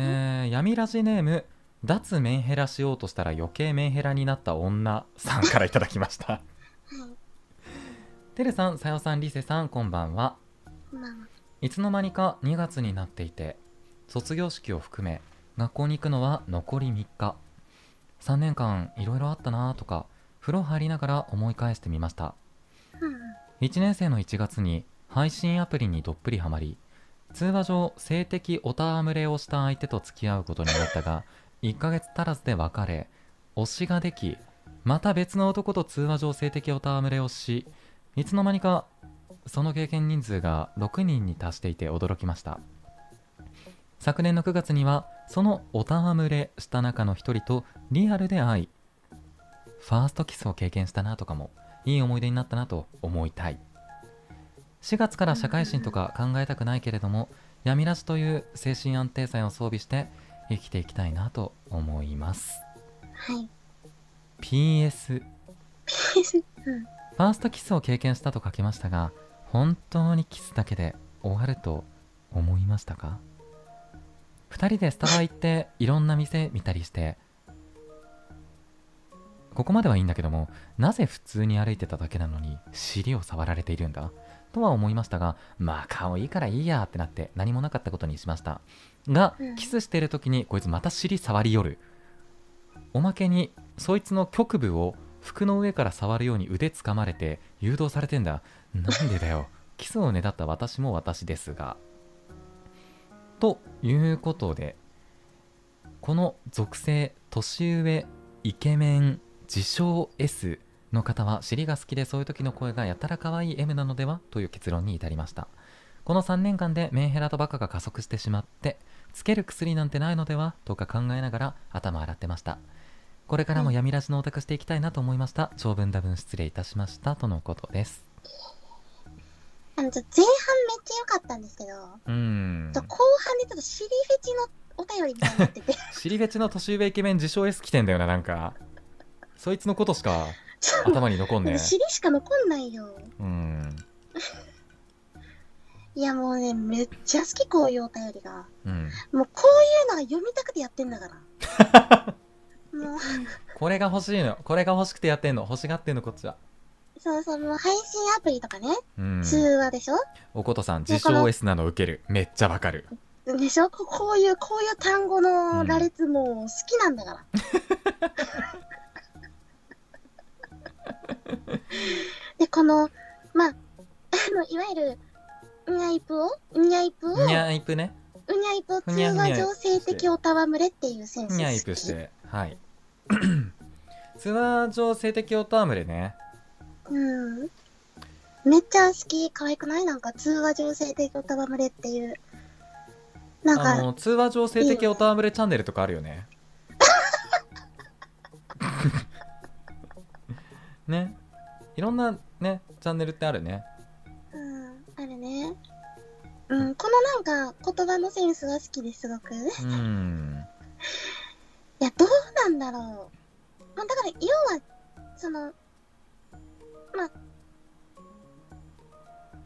[SPEAKER 3] えー、闇ラジネーム脱メンヘラしようとしたら余計メンヘラになった女さんからいただきました
[SPEAKER 2] はい。
[SPEAKER 3] てるさんさよさんりせさんこんばんは
[SPEAKER 2] まあ、
[SPEAKER 3] いつの間にか2月になっていて卒業式を含め学校に行くのは残り3日3年間いろいろあったなとか風呂入りながら思い返してみました
[SPEAKER 2] うんうん。
[SPEAKER 3] 1年生の1月に配信アプリにどっぷりハマり通話上性的おたわむれをした相手と付き合うことになったが1ヶ月足らずで別れ推しができまた別の男と通話上性的おたわむれをしいつの間にかその経験人数が6人に達していて驚きました昨年の9月にはそのおたわむれした中の一人とリアルで会いファーストキスを経験したなとかもいい思い出になったなと思いたい4月から社会人とか考えたくないけれども闇ラジという精神安定剤を装備して生きてい きたいなと思います
[SPEAKER 2] はい。う
[SPEAKER 3] PS
[SPEAKER 2] ん
[SPEAKER 3] ファーストキスを経験したと書きましたが本当にキスだけで終わると思いましたか2人でスタバ行っていろんな店見たりしてここまではいいんだけどもなぜ普通に歩いてただけなのに尻を触られているんだとは思いましたがまあ顔いいからいいやってなって何もなかったことにしましたが
[SPEAKER 2] うん
[SPEAKER 3] キスしてる時にこいつまた尻触りよるおまけにそいつの局部を服の上から触るように腕掴まれて誘導されてんだなんでだよキスをねだった私も私ですがということでこの属性年上イケメン自称 S の方は尻が好きでそういう時の声がやたら可愛い M なのではという結論に至りましたこの3年間でメンヘラとバカが加速してしまってつける薬なんてないのではとか考えながら頭洗ってましたこれからも闇ラジのオタクしていきたいなと思いました長文多分失礼いたしましたとのことです
[SPEAKER 2] あの、ちょ、前半めっちゃ良かったんですけど、ちょ
[SPEAKER 3] うーん
[SPEAKER 2] 後半でちょっと尻フェチのお便りみたいになってて、
[SPEAKER 3] 尻フェチの年上イケメン自称 S 来てんだよななんかそいつのことしか
[SPEAKER 2] ちょっ
[SPEAKER 3] 頭に残ん
[SPEAKER 2] と、
[SPEAKER 3] ねえ
[SPEAKER 2] 尻しか残んないよ。
[SPEAKER 3] うーん
[SPEAKER 2] いやもうね、めっちゃ好きこういうお便りが。
[SPEAKER 3] うん
[SPEAKER 2] もうこういうのが読みたくてやってんだ から。もう、
[SPEAKER 3] これが欲しいのこれが欲しくてやってんの欲しがってんのこっちは
[SPEAKER 2] そうそう、もう配信アプリとかね、
[SPEAKER 3] うん
[SPEAKER 2] 通話でしょ
[SPEAKER 3] おことさん
[SPEAKER 2] だ
[SPEAKER 3] 自
[SPEAKER 2] から
[SPEAKER 3] 称 S なの受けるめっちゃわかる
[SPEAKER 2] でしょここういう、こういう単語の羅列も好きなんだから。 で、この、まあ、あの、いわゆる、うにゃいぷを、うにゃいぷを、う
[SPEAKER 3] に
[SPEAKER 2] にゃ
[SPEAKER 3] ゃーいぷね
[SPEAKER 2] いぷを通話上性的お戯れっていうセンス好き。
[SPEAKER 3] にゃーいぷしてはい ツアー上性的オタームレね
[SPEAKER 2] うん。めっちゃ好き。可愛くないなんか、通話上性的お戯れっていう。なん
[SPEAKER 3] あ
[SPEAKER 2] か、
[SPEAKER 3] の通話上性的オタームレチャンネルとかあるよ ねねいろんなねチャンネルってあるね
[SPEAKER 2] うん、あるね。うん、このなんか、言葉のセンスは好きですごく。い
[SPEAKER 3] うん
[SPEAKER 2] や、どうなんだろう。まあ、だから、要は、その、まあ、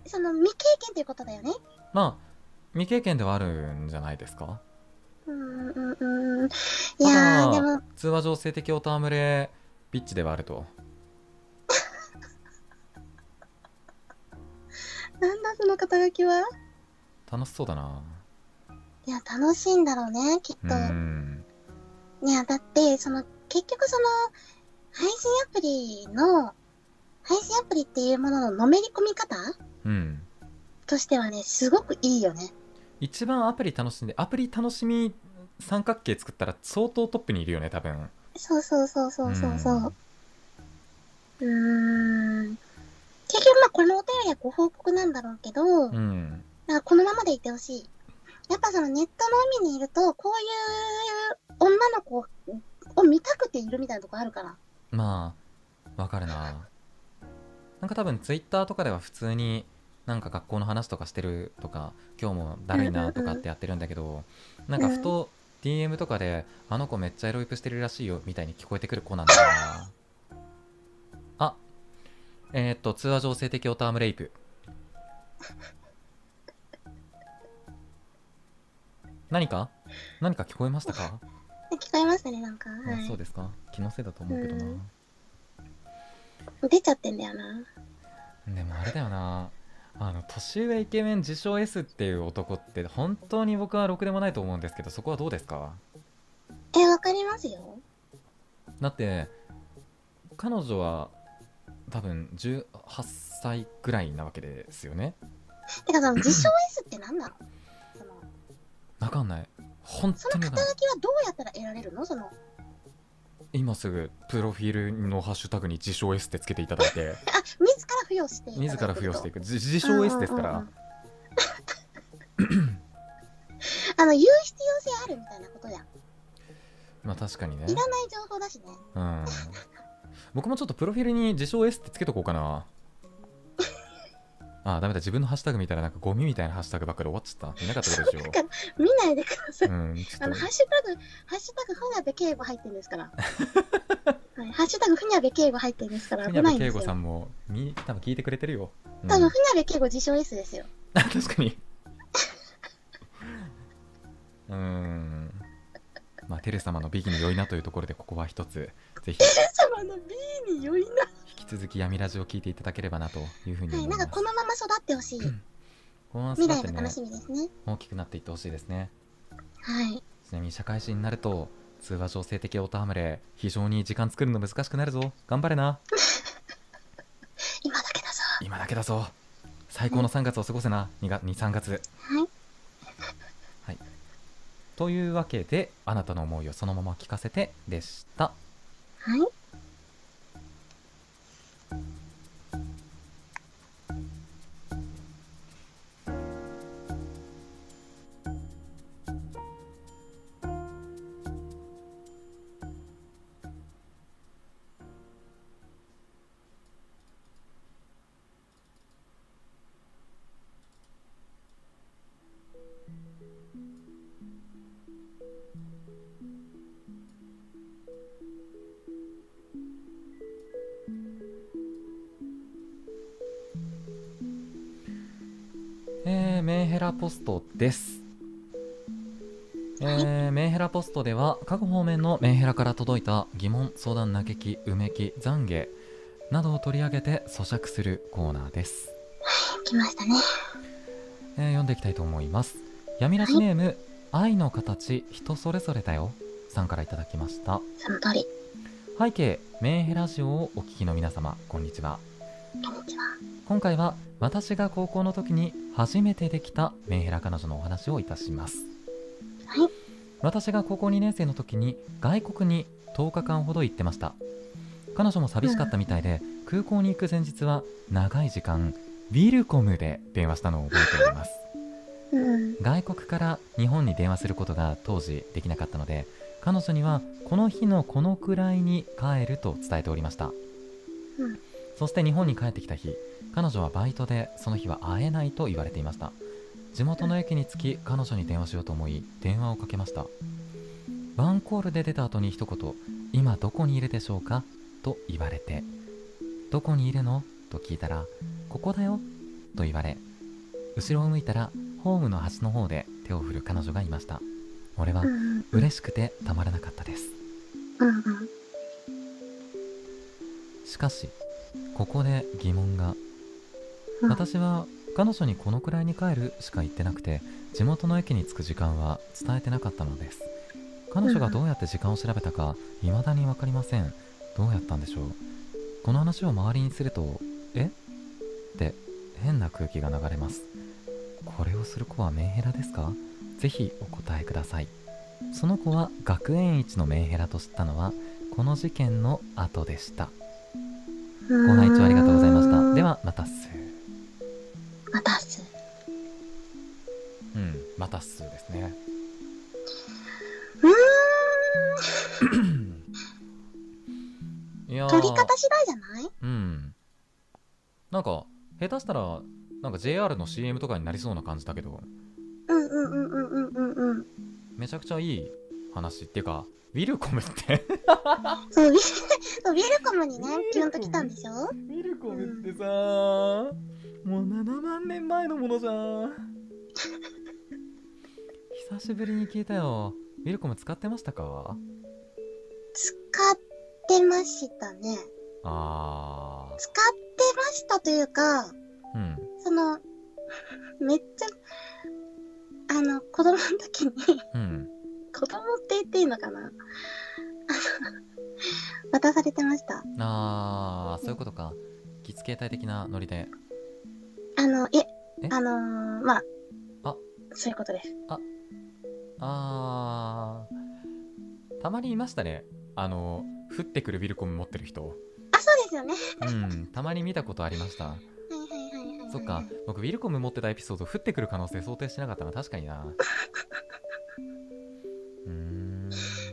[SPEAKER 2] その、未経験ということだよね。
[SPEAKER 3] まあ未経験ではあるんじゃないですか
[SPEAKER 2] うん、うん、うん。いや
[SPEAKER 3] ただ
[SPEAKER 2] ー、でも、
[SPEAKER 3] 通話上性的オタームレビッチではあると
[SPEAKER 2] なんだその肩書きは。
[SPEAKER 3] 楽しそうだない
[SPEAKER 2] や、楽しいんだろうね、きっ
[SPEAKER 3] う
[SPEAKER 2] と。
[SPEAKER 3] ん
[SPEAKER 2] いや、だって、その、結局その、配信アプリの、配信アプリっていうものののめり込み方
[SPEAKER 3] うん
[SPEAKER 2] としてはね、すごくいいよね。
[SPEAKER 3] 一番アプリ楽しんでアプリ楽しみ三角形作ったら相当トップにいるよね多分
[SPEAKER 2] そうそうそうそうそうそう
[SPEAKER 3] うん。
[SPEAKER 2] うーん。結局まあ、このお便りはご報告なんだろうけど、
[SPEAKER 3] うん
[SPEAKER 2] なんかこのままでいてほしい。やっぱそのネットの海にいると、こういう女の子を見たくているみたいなとこあるから。
[SPEAKER 3] まあわかるななんか多分ツイッターとかでは普通になんか学校の話とかしてるとか今日もだるいなとかってやってるんだけどなんかふと DM とかで「あの子めっちゃエロイプしてるらしいよ」みたいに聞こえてくる子なんだよなあえー、っと通話上性的オタームレイプ何か何か聞こえましたか
[SPEAKER 2] 聞こえましたね、なんか。
[SPEAKER 3] あ
[SPEAKER 2] はい
[SPEAKER 3] そうですか気のせいだと思うけどな、
[SPEAKER 2] うん出ちゃってんだよな。
[SPEAKER 3] でもあれだよなあの年上イケメン自称 S っていう男って本当に僕はろくでもないと思うんですけどそこはどうですか
[SPEAKER 2] え、わかりますよ。
[SPEAKER 3] だって彼女は多分18歳ぐらいなわけですよね
[SPEAKER 2] てか その自称 S って何なのその
[SPEAKER 3] わかんない本
[SPEAKER 2] そ
[SPEAKER 3] 当に
[SPEAKER 2] の
[SPEAKER 3] わか
[SPEAKER 2] 肩
[SPEAKER 3] んない
[SPEAKER 2] 書きはどうやったら得られるのその
[SPEAKER 3] 今すぐプロフィールのハッシュタグに自称 S ってつけていただいて
[SPEAKER 2] あ自ら付与していただい
[SPEAKER 3] 自
[SPEAKER 2] てる
[SPEAKER 3] ら付与してい
[SPEAKER 2] く
[SPEAKER 3] く自自称 S ですか
[SPEAKER 2] うんうんう
[SPEAKER 3] ら
[SPEAKER 2] ん あの言う必要性あるみたいなことじゃん
[SPEAKER 3] まあ確かにね
[SPEAKER 2] いらない情報だしね
[SPEAKER 3] うん僕もちょっとプロフィールに自称 S ってつけとこうかな。ああ、ダメだ。自分のハッシュタグ見たらなんかゴミみたいなハッシュタグばっかり終わっちゃった。見なかったことでしょ
[SPEAKER 2] だ。から見ないでく ださい、
[SPEAKER 3] うん、ちょ
[SPEAKER 2] あ
[SPEAKER 3] っ
[SPEAKER 2] の
[SPEAKER 3] と
[SPEAKER 2] ハッシュタグハッシュタグ船部警部入ってるんですからはいね。ハッシュタグ、ふにゃべけいご入ってるんですから
[SPEAKER 3] ふ
[SPEAKER 2] 危
[SPEAKER 3] に
[SPEAKER 2] な
[SPEAKER 3] ゃ
[SPEAKER 2] いん
[SPEAKER 3] べけ
[SPEAKER 2] で
[SPEAKER 3] い
[SPEAKER 2] す
[SPEAKER 3] ご
[SPEAKER 2] よ。
[SPEAKER 3] さんもみ多分聞いてくれてるよ、うん
[SPEAKER 2] 多分、ふにゃべけいご自称 S ですよ。
[SPEAKER 3] 確かにうーんまあテレ様の美義に良いなというところでここは一つぜひ
[SPEAKER 2] テレ 様の B によいな。
[SPEAKER 3] 引き続き闇ラジを聞いていただければなというふうに
[SPEAKER 2] は
[SPEAKER 3] 思
[SPEAKER 2] い、
[SPEAKER 3] い
[SPEAKER 2] な
[SPEAKER 3] ま
[SPEAKER 2] ん
[SPEAKER 3] す、
[SPEAKER 2] かこのまま育ってほしい。
[SPEAKER 3] このまま
[SPEAKER 2] 未
[SPEAKER 3] 育っ
[SPEAKER 2] 来
[SPEAKER 3] て
[SPEAKER 2] が
[SPEAKER 3] ね
[SPEAKER 2] 楽しみですね。
[SPEAKER 3] 大きくなっていってほしいですね
[SPEAKER 2] はい。
[SPEAKER 3] ちなみに社会人になると通話上性的オタハムレ非常に時間作るの難しくなるぞ頑張れな
[SPEAKER 2] 今だけだぞ。
[SPEAKER 3] 今だけだぞ最高の3月を過ごせな23月
[SPEAKER 2] はい。
[SPEAKER 3] というわけであなたの思いをそのまま聞かせてでした
[SPEAKER 2] はい。
[SPEAKER 3] えー、メンヘラポストです、えー、メンヘラポストでは各方面のメンヘラから届いた疑問相談嘆きうめき懺悔などを取り上げて咀嚼するコーナーです
[SPEAKER 2] 来ましたね。
[SPEAKER 3] えー読んでいきたいと思います闇ラジネーム、愛の形人それぞれだよさんからいただきました
[SPEAKER 2] その通り。
[SPEAKER 3] 背景メンヘラジオをお聞きの皆様こんにちは
[SPEAKER 2] こんにちは。
[SPEAKER 3] 今回は私が高校の時に初めてできたメンヘラ彼女のお話をいたします、
[SPEAKER 2] はい
[SPEAKER 3] 私が高校2年生の時に外国に10日間ほど行ってました彼女も寂しかったみたいで、空港に行く前日は長い時間ウィルコムで電話したのを覚えております
[SPEAKER 2] うん。
[SPEAKER 3] 外国から日本に電話することが当時できなかったので彼女にはこの日のこのくらいに帰ると伝えておりました、
[SPEAKER 2] うん
[SPEAKER 3] そして日本に帰ってきた日彼女はバイトでその日は会えないと言われていました地元の駅に着き彼女に電話しようと思い電話をかけましたワンコールで出た後に一言「今どこにいるでしょうか?」と言われて「どこにいるの?」と聞いたら「ここだよ」と言われ後ろを向いたらホームの端の方で手を振る彼女がいました俺は
[SPEAKER 2] うん。
[SPEAKER 3] 嬉しくてたまらなかったです
[SPEAKER 2] うんうん。
[SPEAKER 3] しかしここで疑問が
[SPEAKER 2] うん
[SPEAKER 3] 私は彼女にこのくらいに帰るしか言ってなくて地元の駅に着く時間は伝えてなかったのです彼女がどうやって時間を調べたか未だに分かりませんどうやったんでしょうこの話を周りにするとえって変な空気が流れますこれをする子はメンヘラですかぜひお答えくださいその子は学園一のメンヘラと知ったのはこの事件の後でした
[SPEAKER 2] ご
[SPEAKER 3] ご内聴ありがとうございましたで。はまたっす
[SPEAKER 2] またっす。
[SPEAKER 3] うんまたっすですね
[SPEAKER 2] うーん。
[SPEAKER 3] いやー
[SPEAKER 2] 取り方次第じゃない
[SPEAKER 3] うんなんか下手したらなんか JR の CM とかになりそうな感じだけど
[SPEAKER 2] うんうんうんうんうんうんうん。
[SPEAKER 3] めちゃくちゃいい話っていうかウィルコムって
[SPEAKER 2] そう、ウィルそうウィルコムにね、ピュンと来たんでしょ
[SPEAKER 3] ウィルコムってさ もう7万年前のものじゃん久しぶりに聞いたよウィルコム使ってましたか
[SPEAKER 2] 使ってましたね。
[SPEAKER 3] あ
[SPEAKER 2] 使ってましたというか、
[SPEAKER 3] ーうん
[SPEAKER 2] その、めっちゃ、あの、子供の時に、
[SPEAKER 3] うん
[SPEAKER 2] 子供って言っていいのかな あの渡されてました。
[SPEAKER 3] あーそういうことかキツ形態的なノリで
[SPEAKER 2] あの、え、
[SPEAKER 3] え
[SPEAKER 2] あのーまあ、
[SPEAKER 3] あ
[SPEAKER 2] そういうことです。
[SPEAKER 3] あーたまにいましたねあの降ってくるウィルコム持ってる人
[SPEAKER 2] あ、そうですよね。
[SPEAKER 3] うんたまに見たことありました
[SPEAKER 2] はいはいはいはいはい、
[SPEAKER 3] そっか僕ウィルコム持ってたエピソード降ってくる可能性想定してなかったな確かになうーん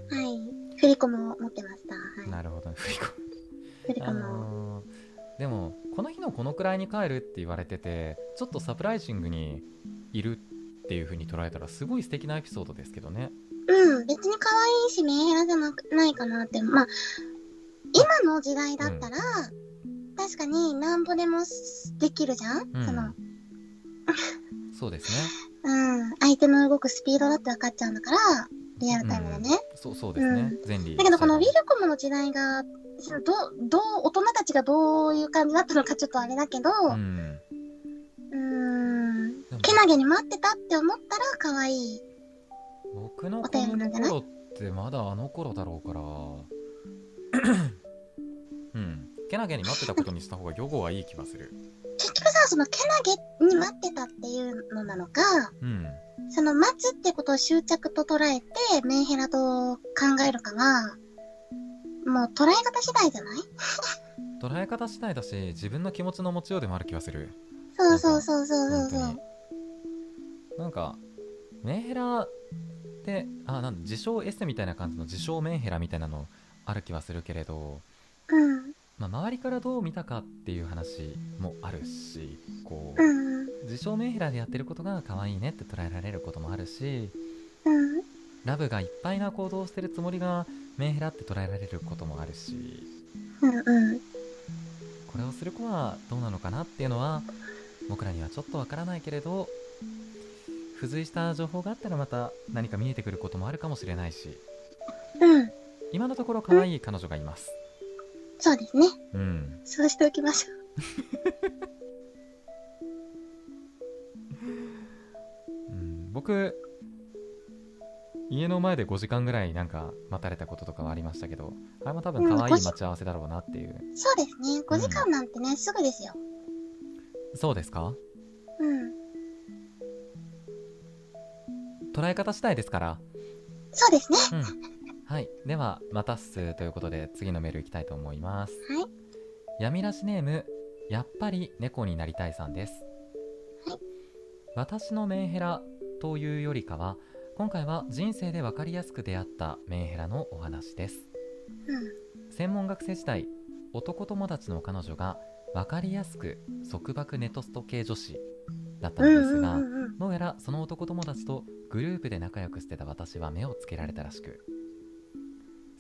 [SPEAKER 2] はい。振り込むを持ってました。は
[SPEAKER 3] なるほどね振り込む
[SPEAKER 2] い。振り
[SPEAKER 3] あ
[SPEAKER 2] 込むを。
[SPEAKER 3] のーでもこの日のこのくらいに帰るって言われててちょっとサプライジングにいるっていう風に捉えたらすごい素敵なエピソードですけどね
[SPEAKER 2] うん、別に可愛いし、メンヘラじゃなくないかなって。まあ、今の時代だったら、確かになんぼでもしできるじゃん、
[SPEAKER 3] うん
[SPEAKER 2] その、
[SPEAKER 3] そうですね
[SPEAKER 2] うん、相手の動くスピードだって分かっちゃうんだから、 リアルタイムでね。
[SPEAKER 3] そうそうですね、前理
[SPEAKER 2] だけどこのウィルコムの時代が、そのどう、どう、大人たちがどういう感じだったのかちょっとあれだけど、
[SPEAKER 3] う
[SPEAKER 2] うんーん、
[SPEAKER 3] でも
[SPEAKER 2] けなげに待ってたって思ったら可愛い。
[SPEAKER 3] 僕の
[SPEAKER 2] お
[SPEAKER 3] 子
[SPEAKER 2] 便りな
[SPEAKER 3] 供
[SPEAKER 2] んじゃ
[SPEAKER 3] の
[SPEAKER 2] ない
[SPEAKER 3] 頃ってまだあの頃だろうから うんけなげに待ってたことにした方が予後はいい気がする
[SPEAKER 2] 結局さ、そのけなげに待ってたっていうのなのか、
[SPEAKER 3] うん
[SPEAKER 2] その待つってことを執着と捉えて、メンヘラと考えるかは、もう捉え方次第じゃない
[SPEAKER 3] 捉え方次第だし自分の気持ちの持ちようでもある気がする
[SPEAKER 2] そうそうそうそうそう
[SPEAKER 3] 本当
[SPEAKER 2] そう
[SPEAKER 3] に。なんかメンヘラってあなんだ自称エステみたいな感じの自称メンヘラみたいなのある気はするけれど、
[SPEAKER 2] うん、
[SPEAKER 3] まあ、周りからどう見たかっていう話もあるしこう
[SPEAKER 2] うん、
[SPEAKER 3] 自称メンヘラでやってることが可愛いねって捉えられることもあるし
[SPEAKER 2] うん、
[SPEAKER 3] ラブがいっぱいな行動をしてるつもりがメンヘラって捉えられることもあるし
[SPEAKER 2] うん、うん。
[SPEAKER 3] これをする子はどうなのかなっていうのは僕らにはちょっとわからないけれど付随した情報があったらまた何か見えてくることもあるかもしれないし
[SPEAKER 2] うん、
[SPEAKER 3] 今のところ可愛い彼女がいます
[SPEAKER 2] そうですね。
[SPEAKER 3] うん
[SPEAKER 2] そうしておきましょう。
[SPEAKER 3] うん僕家の前で5時間ぐらいなんか待たれたこととかはありましたけどあれも多分可愛い
[SPEAKER 2] うん5時
[SPEAKER 3] 待ち合わせだろうなっていう
[SPEAKER 2] そうですね。5時間なんてね、すぐですよ。
[SPEAKER 3] そうですか
[SPEAKER 2] うん。
[SPEAKER 3] 捉え方次第ですから
[SPEAKER 2] そうですね。
[SPEAKER 3] うんはいではまたっすということで次のメールいきたいと思います
[SPEAKER 2] はい。
[SPEAKER 3] 闇ラジネームやっぱり猫になりたいさんです、
[SPEAKER 2] はい
[SPEAKER 3] 私のメンヘラというよりかは今回は人生で分かりやすく出会ったメンヘラのお話です
[SPEAKER 2] うん。
[SPEAKER 3] 専門学生時代男友達の彼女が分かりやすく束縛ネトスト系女子だった
[SPEAKER 2] うん
[SPEAKER 3] の
[SPEAKER 2] う
[SPEAKER 3] で
[SPEAKER 2] ん
[SPEAKER 3] すが、
[SPEAKER 2] うんうん。
[SPEAKER 3] どうやらその男友達とグループで仲良くしてた私は目をつけられたらしく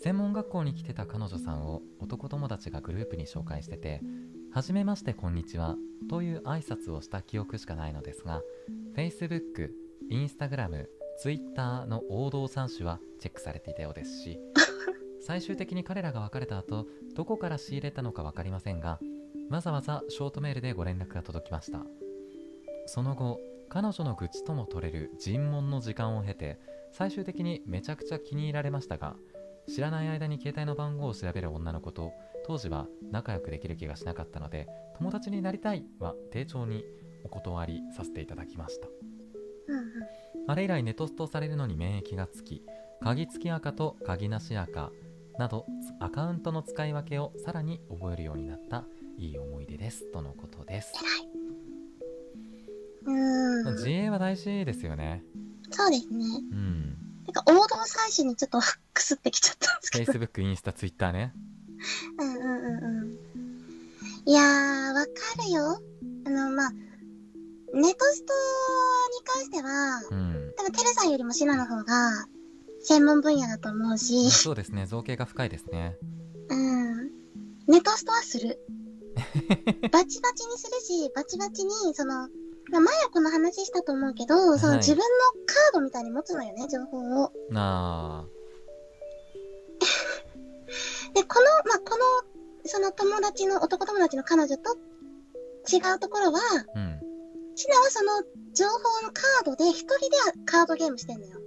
[SPEAKER 3] 専門学校に来てた彼女さんを男友達がグループに紹介してて「はじめましてこんにちは」という挨拶をした記憶しかないのですが Facebook、Instagram、Twitter の王道3種はチェックされていたようですし最終的に彼らが別れた後どこから仕入れたのか分かりませんがわざわざショートメールでご連絡が届きましたその後彼女の愚痴とも取れる尋問の時間を経て最終的にめちゃくちゃ気に入られましたが知らない間に携帯の番号を調べる女の子と当時は仲良くできる気がしなかったので友達になりたいは丁重にお断りさせていただきました
[SPEAKER 2] うんうん。
[SPEAKER 3] あれ以来ネトストされるのに免疫がつき鍵付き赤と鍵なし赤などつアカウントの使い分けをさらに覚えるようになったいい思い出ですとのことです
[SPEAKER 2] うーん。
[SPEAKER 3] 自衛は大事ですよね
[SPEAKER 2] そうですね。
[SPEAKER 3] うん
[SPEAKER 2] なんか王道採取にちょっと くすってきちゃったんですけど。
[SPEAKER 3] Facebook、インスタ、ツイッターね。
[SPEAKER 2] うんうんうんうん。いやー、わかるよ。あの、まあ、ネトストに関しては、
[SPEAKER 3] うん。
[SPEAKER 2] 多分テルさんよりもシナの方が、専門分野だと思うし、
[SPEAKER 3] そうですね、造形が深いですね。
[SPEAKER 2] うん。ネトストはす る。バチバチにするし、バチバチに、その、まあ前はこの話したと思うけど、その
[SPEAKER 3] はい
[SPEAKER 2] 自分のカードみたいに持つのよね、情報を。
[SPEAKER 3] な
[SPEAKER 2] で、この、まあ、この、その友達の、男友達の彼女と違うところは、
[SPEAKER 3] あ、うん。
[SPEAKER 2] シナはその情報のカードで、一人でカードゲームしてんのよ。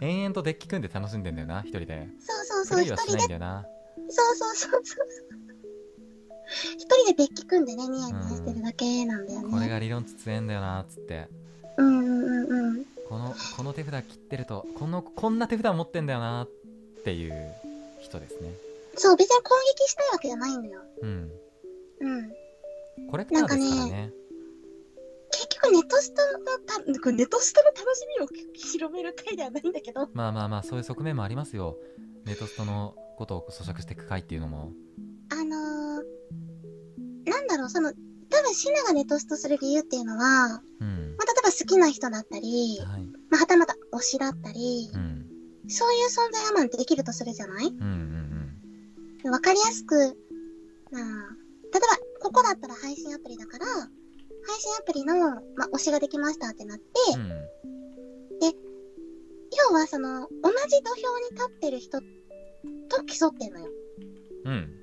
[SPEAKER 3] 延々とデッキ組んで楽しんでんだよな、一人で。
[SPEAKER 2] そうそう
[SPEAKER 3] プ
[SPEAKER 2] そう、
[SPEAKER 3] レイ
[SPEAKER 2] 一
[SPEAKER 3] はし
[SPEAKER 2] 人
[SPEAKER 3] ない
[SPEAKER 2] で、
[SPEAKER 3] んだよな。
[SPEAKER 2] そうそうそうそう。一人でデッキ組んでね、ニヤニヤしてるだけなんだよ
[SPEAKER 3] これ
[SPEAKER 2] ね。
[SPEAKER 3] が理論つつえんだよな、つって。
[SPEAKER 2] うんうんうんうん。
[SPEAKER 3] この、この手札切ってると、この、こんな手札持ってんだよな、っていう人ですね。
[SPEAKER 2] そう、別に攻撃したいわけじゃないのよ。
[SPEAKER 3] うん。
[SPEAKER 2] うん。
[SPEAKER 3] コレクターですから
[SPEAKER 2] なんか
[SPEAKER 3] ね。
[SPEAKER 2] 結局ネトストのた、これネトストの楽しみを広める回ではないんだけど。
[SPEAKER 3] まあまあまあ、そういう側面もありますよ。ネトストのことを咀嚼していく回っていうのも。
[SPEAKER 2] あのー、なんだろう、その、多分シナがネトストする理由っていうのは、
[SPEAKER 3] うん。
[SPEAKER 2] まあ、例えば好きな人だったり、
[SPEAKER 3] はい。
[SPEAKER 2] まあ、はたまた推しだったり
[SPEAKER 3] う、ん。
[SPEAKER 2] そういう存在はまあできるとするじゃない
[SPEAKER 3] うんうん
[SPEAKER 2] わかりやすく、まあ、例えば、ここだったら配信アプリだから、配信アプリの、まあ、推しができましたってなって、
[SPEAKER 3] うん
[SPEAKER 2] 要はその、同じ土俵に立ってる人と競ってんのよ。
[SPEAKER 3] うん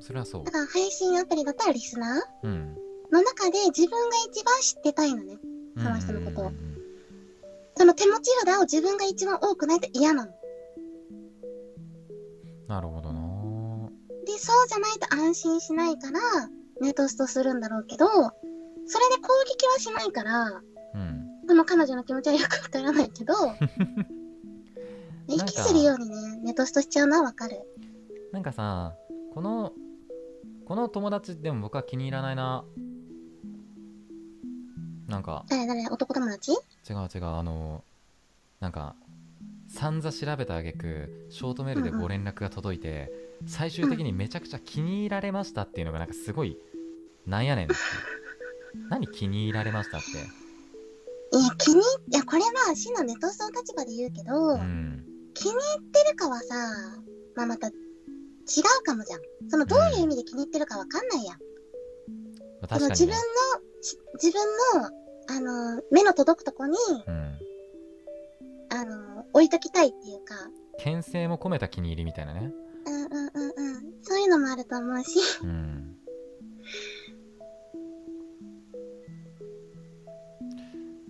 [SPEAKER 3] それはそう
[SPEAKER 2] だから配信アプリだったらリスナー
[SPEAKER 3] うん
[SPEAKER 2] の中で自分が一番知ってたいのね。
[SPEAKER 3] うん
[SPEAKER 2] その人のことを
[SPEAKER 3] うんうん
[SPEAKER 2] その手持ち札を自分が一番多くないと嫌なの。
[SPEAKER 3] なるほどな
[SPEAKER 2] で、そうじゃないと安心しないから、ネトストするんだろうけど、それで攻撃はしないから、
[SPEAKER 3] うん
[SPEAKER 2] でも彼女の気持ちはよくわからないけど、で
[SPEAKER 3] なんか
[SPEAKER 2] 息するようにね、ネトストしちゃうのはわかる。
[SPEAKER 3] なんかさこのこの友達でも僕は気に入らないななんか
[SPEAKER 2] 誰誰男友達
[SPEAKER 3] 違う違うあのなんかさんざ調べた挙句ショートメールでご連絡が届いて最終的にめちゃくちゃ気に入られましたっていうのがなんかすごいなんやね んっていう何気に入られましたって
[SPEAKER 2] いや、気に、いや、これは、真のネトストの立場で言うけど、
[SPEAKER 3] うん
[SPEAKER 2] 気に入ってるかはさ、まあ、また、違うかもじゃん。その、どういう意味で気に入ってるかわかんないやん。
[SPEAKER 3] まあ
[SPEAKER 2] その
[SPEAKER 3] 確か
[SPEAKER 2] 自
[SPEAKER 3] に
[SPEAKER 2] 分
[SPEAKER 3] ね
[SPEAKER 2] の、し自分の、あの、目の届くとこに、
[SPEAKER 3] うん
[SPEAKER 2] あの、置いときたいっていうか、
[SPEAKER 3] 牽制も込めた気に入りみたいなね
[SPEAKER 2] うんうんうんうん。そういうのもあると思うし、
[SPEAKER 3] うん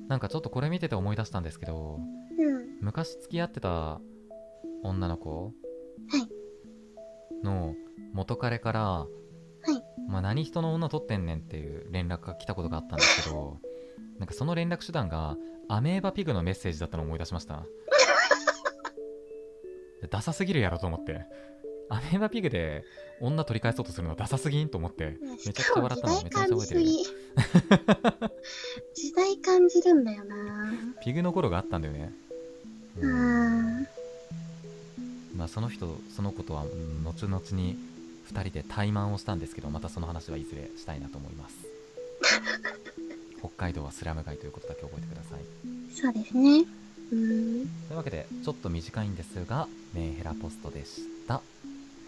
[SPEAKER 3] なんかちょっとこれ見てて思い出したんですけど
[SPEAKER 2] うん。
[SPEAKER 3] 昔付き合ってた女の子
[SPEAKER 2] はい
[SPEAKER 3] の元彼から、
[SPEAKER 2] い
[SPEAKER 3] まあ、何人の女取ってんねんっていう連絡が来たことがあったんです けどなんかその連絡手段がアメーバピグのメッセージだったのを思い出しましたダサすぎるやろと思ってアメーバピグで女取り返そうとするのダサすぎんと思ってめち
[SPEAKER 2] し
[SPEAKER 3] ゃくち
[SPEAKER 2] か
[SPEAKER 3] ゃ
[SPEAKER 2] も
[SPEAKER 3] 笑っ
[SPEAKER 2] 時
[SPEAKER 3] たの
[SPEAKER 2] 代
[SPEAKER 3] めちゃめち
[SPEAKER 2] 感
[SPEAKER 3] ゃ
[SPEAKER 2] じ
[SPEAKER 3] 覚え
[SPEAKER 2] す
[SPEAKER 3] てる
[SPEAKER 2] ぎ。時代感じるんだよな
[SPEAKER 3] ピグの頃があったんだよね
[SPEAKER 2] うーん。
[SPEAKER 3] まあ、その人そのことはうん後々に2人で怠慢をしたんですけどまたその話はいずれしたいなと思い ます北海道はスラム街ということだけ覚えてください
[SPEAKER 2] そうですね。うーん。
[SPEAKER 3] というわけでちょっと短いんですがメンヘラポストでした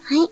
[SPEAKER 2] はい。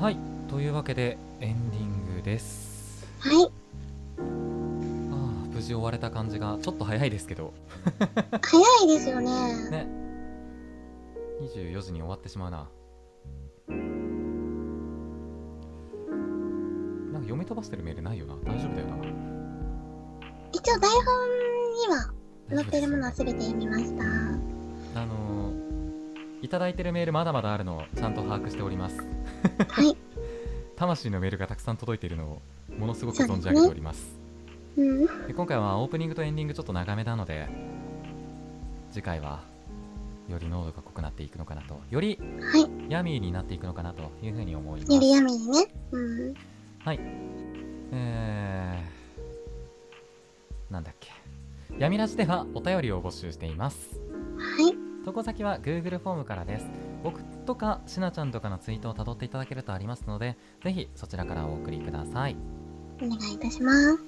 [SPEAKER 3] はいというわけでエンディングです
[SPEAKER 2] はい。
[SPEAKER 3] ああ無事終われた感じがちょっと早いですけど
[SPEAKER 2] 早いですよね。
[SPEAKER 3] ね24時に終わってしまうななんか読み飛ばしてるメールないよな大丈夫だよな
[SPEAKER 2] 一応台本には載ってるものは
[SPEAKER 3] 大丈夫
[SPEAKER 2] 全
[SPEAKER 3] ですよ
[SPEAKER 2] て読みま した。
[SPEAKER 3] あのーいただいてるメールまだまだあるのをちゃんと把握しております
[SPEAKER 2] はい。
[SPEAKER 3] 魂のメールがたくさん届いているのをものすごく存じ上げております
[SPEAKER 2] うん。
[SPEAKER 3] で今回はオープニングとエンディングちょっと長めなので次回はより濃度が濃くなっていくのかなとより
[SPEAKER 2] はい。
[SPEAKER 3] ヤミーになっていくのかなというふうに思います
[SPEAKER 2] ゆりやみにね。うん。
[SPEAKER 3] えー、なんだっけ闇ラジではお便りを募集しています
[SPEAKER 2] はい。
[SPEAKER 3] 投稿先は Google フォームからです僕とかしなちゃんとかのツイートをたどっていただけるとありますのでぜひそちらからお送りください
[SPEAKER 2] お願いいたします。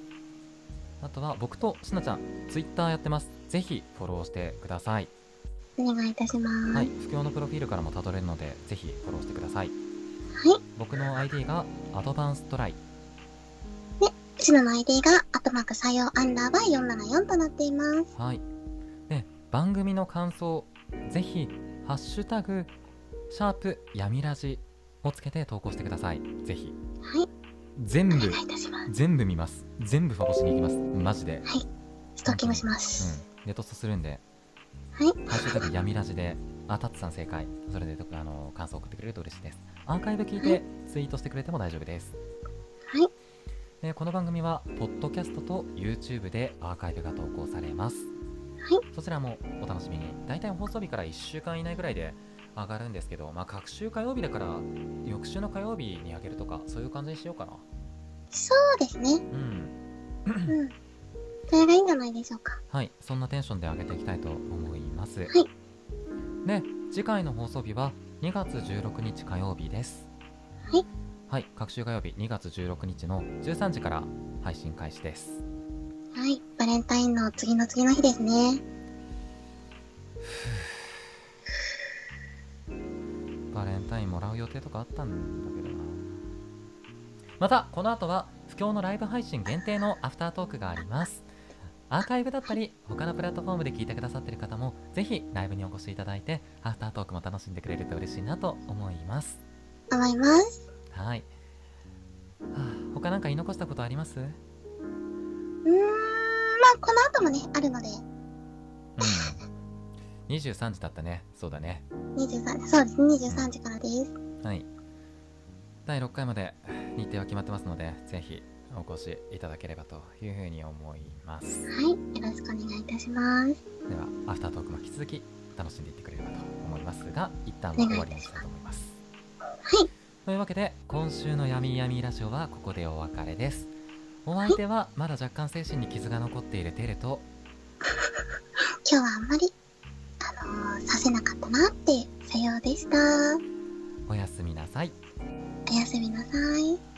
[SPEAKER 3] あとは僕としなちゃんツイッターやってますぜひフォローしてください
[SPEAKER 2] お願いいたします。
[SPEAKER 3] はい不況のプロフィールからもたどれるのでぜひフォローしてください
[SPEAKER 2] はい
[SPEAKER 3] 僕の ID がアドバンストライ
[SPEAKER 2] シナの ID が、アットマーク採用アンダーバー474となっています。
[SPEAKER 3] はい。で、番組の感想、ぜひ、ハッシュタグ、シャープ、闇ラジをつけて投稿してください。ぜひ。
[SPEAKER 2] はい。
[SPEAKER 3] 全
[SPEAKER 2] お
[SPEAKER 3] 部、
[SPEAKER 2] 願いいたします。
[SPEAKER 3] 全部見ます。全部ファボしに行きます。マジで。
[SPEAKER 2] ストッキングします。
[SPEAKER 3] うん。ネトストするんで、
[SPEAKER 2] はい。
[SPEAKER 3] ハッシュタグ闇ラジで、あ、タッツさん正解。それで、あの、感想を送ってくれると嬉しいです。アーカイブ聞いてツイートしてくれても大丈夫です。
[SPEAKER 2] はい。
[SPEAKER 3] えーこの番組は、ポッドキャストと YouTube でアーカイブが投稿されます。
[SPEAKER 2] は
[SPEAKER 3] そちらもお楽しみに。大体放送日から1週間以内ぐらいで上がるんですけど、まあ、各週火曜日だから、翌週の火曜日に上げるとか、そういう感じにしようかな。
[SPEAKER 2] そうですね。
[SPEAKER 3] うん。
[SPEAKER 2] うん。それがいいんじゃないでしょうか。
[SPEAKER 3] はい、そんなテンションで上げていきたいと思います。
[SPEAKER 2] い
[SPEAKER 3] で、次回の放送日は2月16日火曜日です。
[SPEAKER 2] はい。
[SPEAKER 3] はい、各週火曜日2月16日の13時から配信開始です。
[SPEAKER 2] はい。バレンタインの次の次の日ですね。
[SPEAKER 3] バレンタインもらう予定とかあったんだけどな。また、この後は不況のライブ配信限定のアフタートークがあります。アーカイブだったり、他のプラットフォームで聞いてくださってる方も、ぜひライブにお越しいただいて、アフタートークも楽しんでくれると嬉しいなと思います。
[SPEAKER 2] 思います。
[SPEAKER 3] はい、はあ、他なんか言い残したことありますうん
[SPEAKER 2] うーん。まあ、この後もね、あるので、
[SPEAKER 3] 23時だったねそうだね
[SPEAKER 2] 23、そうですね、23時からです。
[SPEAKER 3] はい第6回まで日程は決まってますのでぜひお越しいただければというふうに思います
[SPEAKER 2] はい。よろしくお願いいたします。
[SPEAKER 3] ではアフタートークも引き続き楽しんでいってくれればと思いますが一旦は終わりにしたいと思います
[SPEAKER 2] はい。
[SPEAKER 3] というわけで今週の「闇闇ラジオ」はここでお別れですお相手はまだ若干精神に傷が残っているテルと
[SPEAKER 2] 今日はあんまり、あのー、させなかったなって、さようでした。
[SPEAKER 3] おやすみなさい
[SPEAKER 2] おやすみなさい。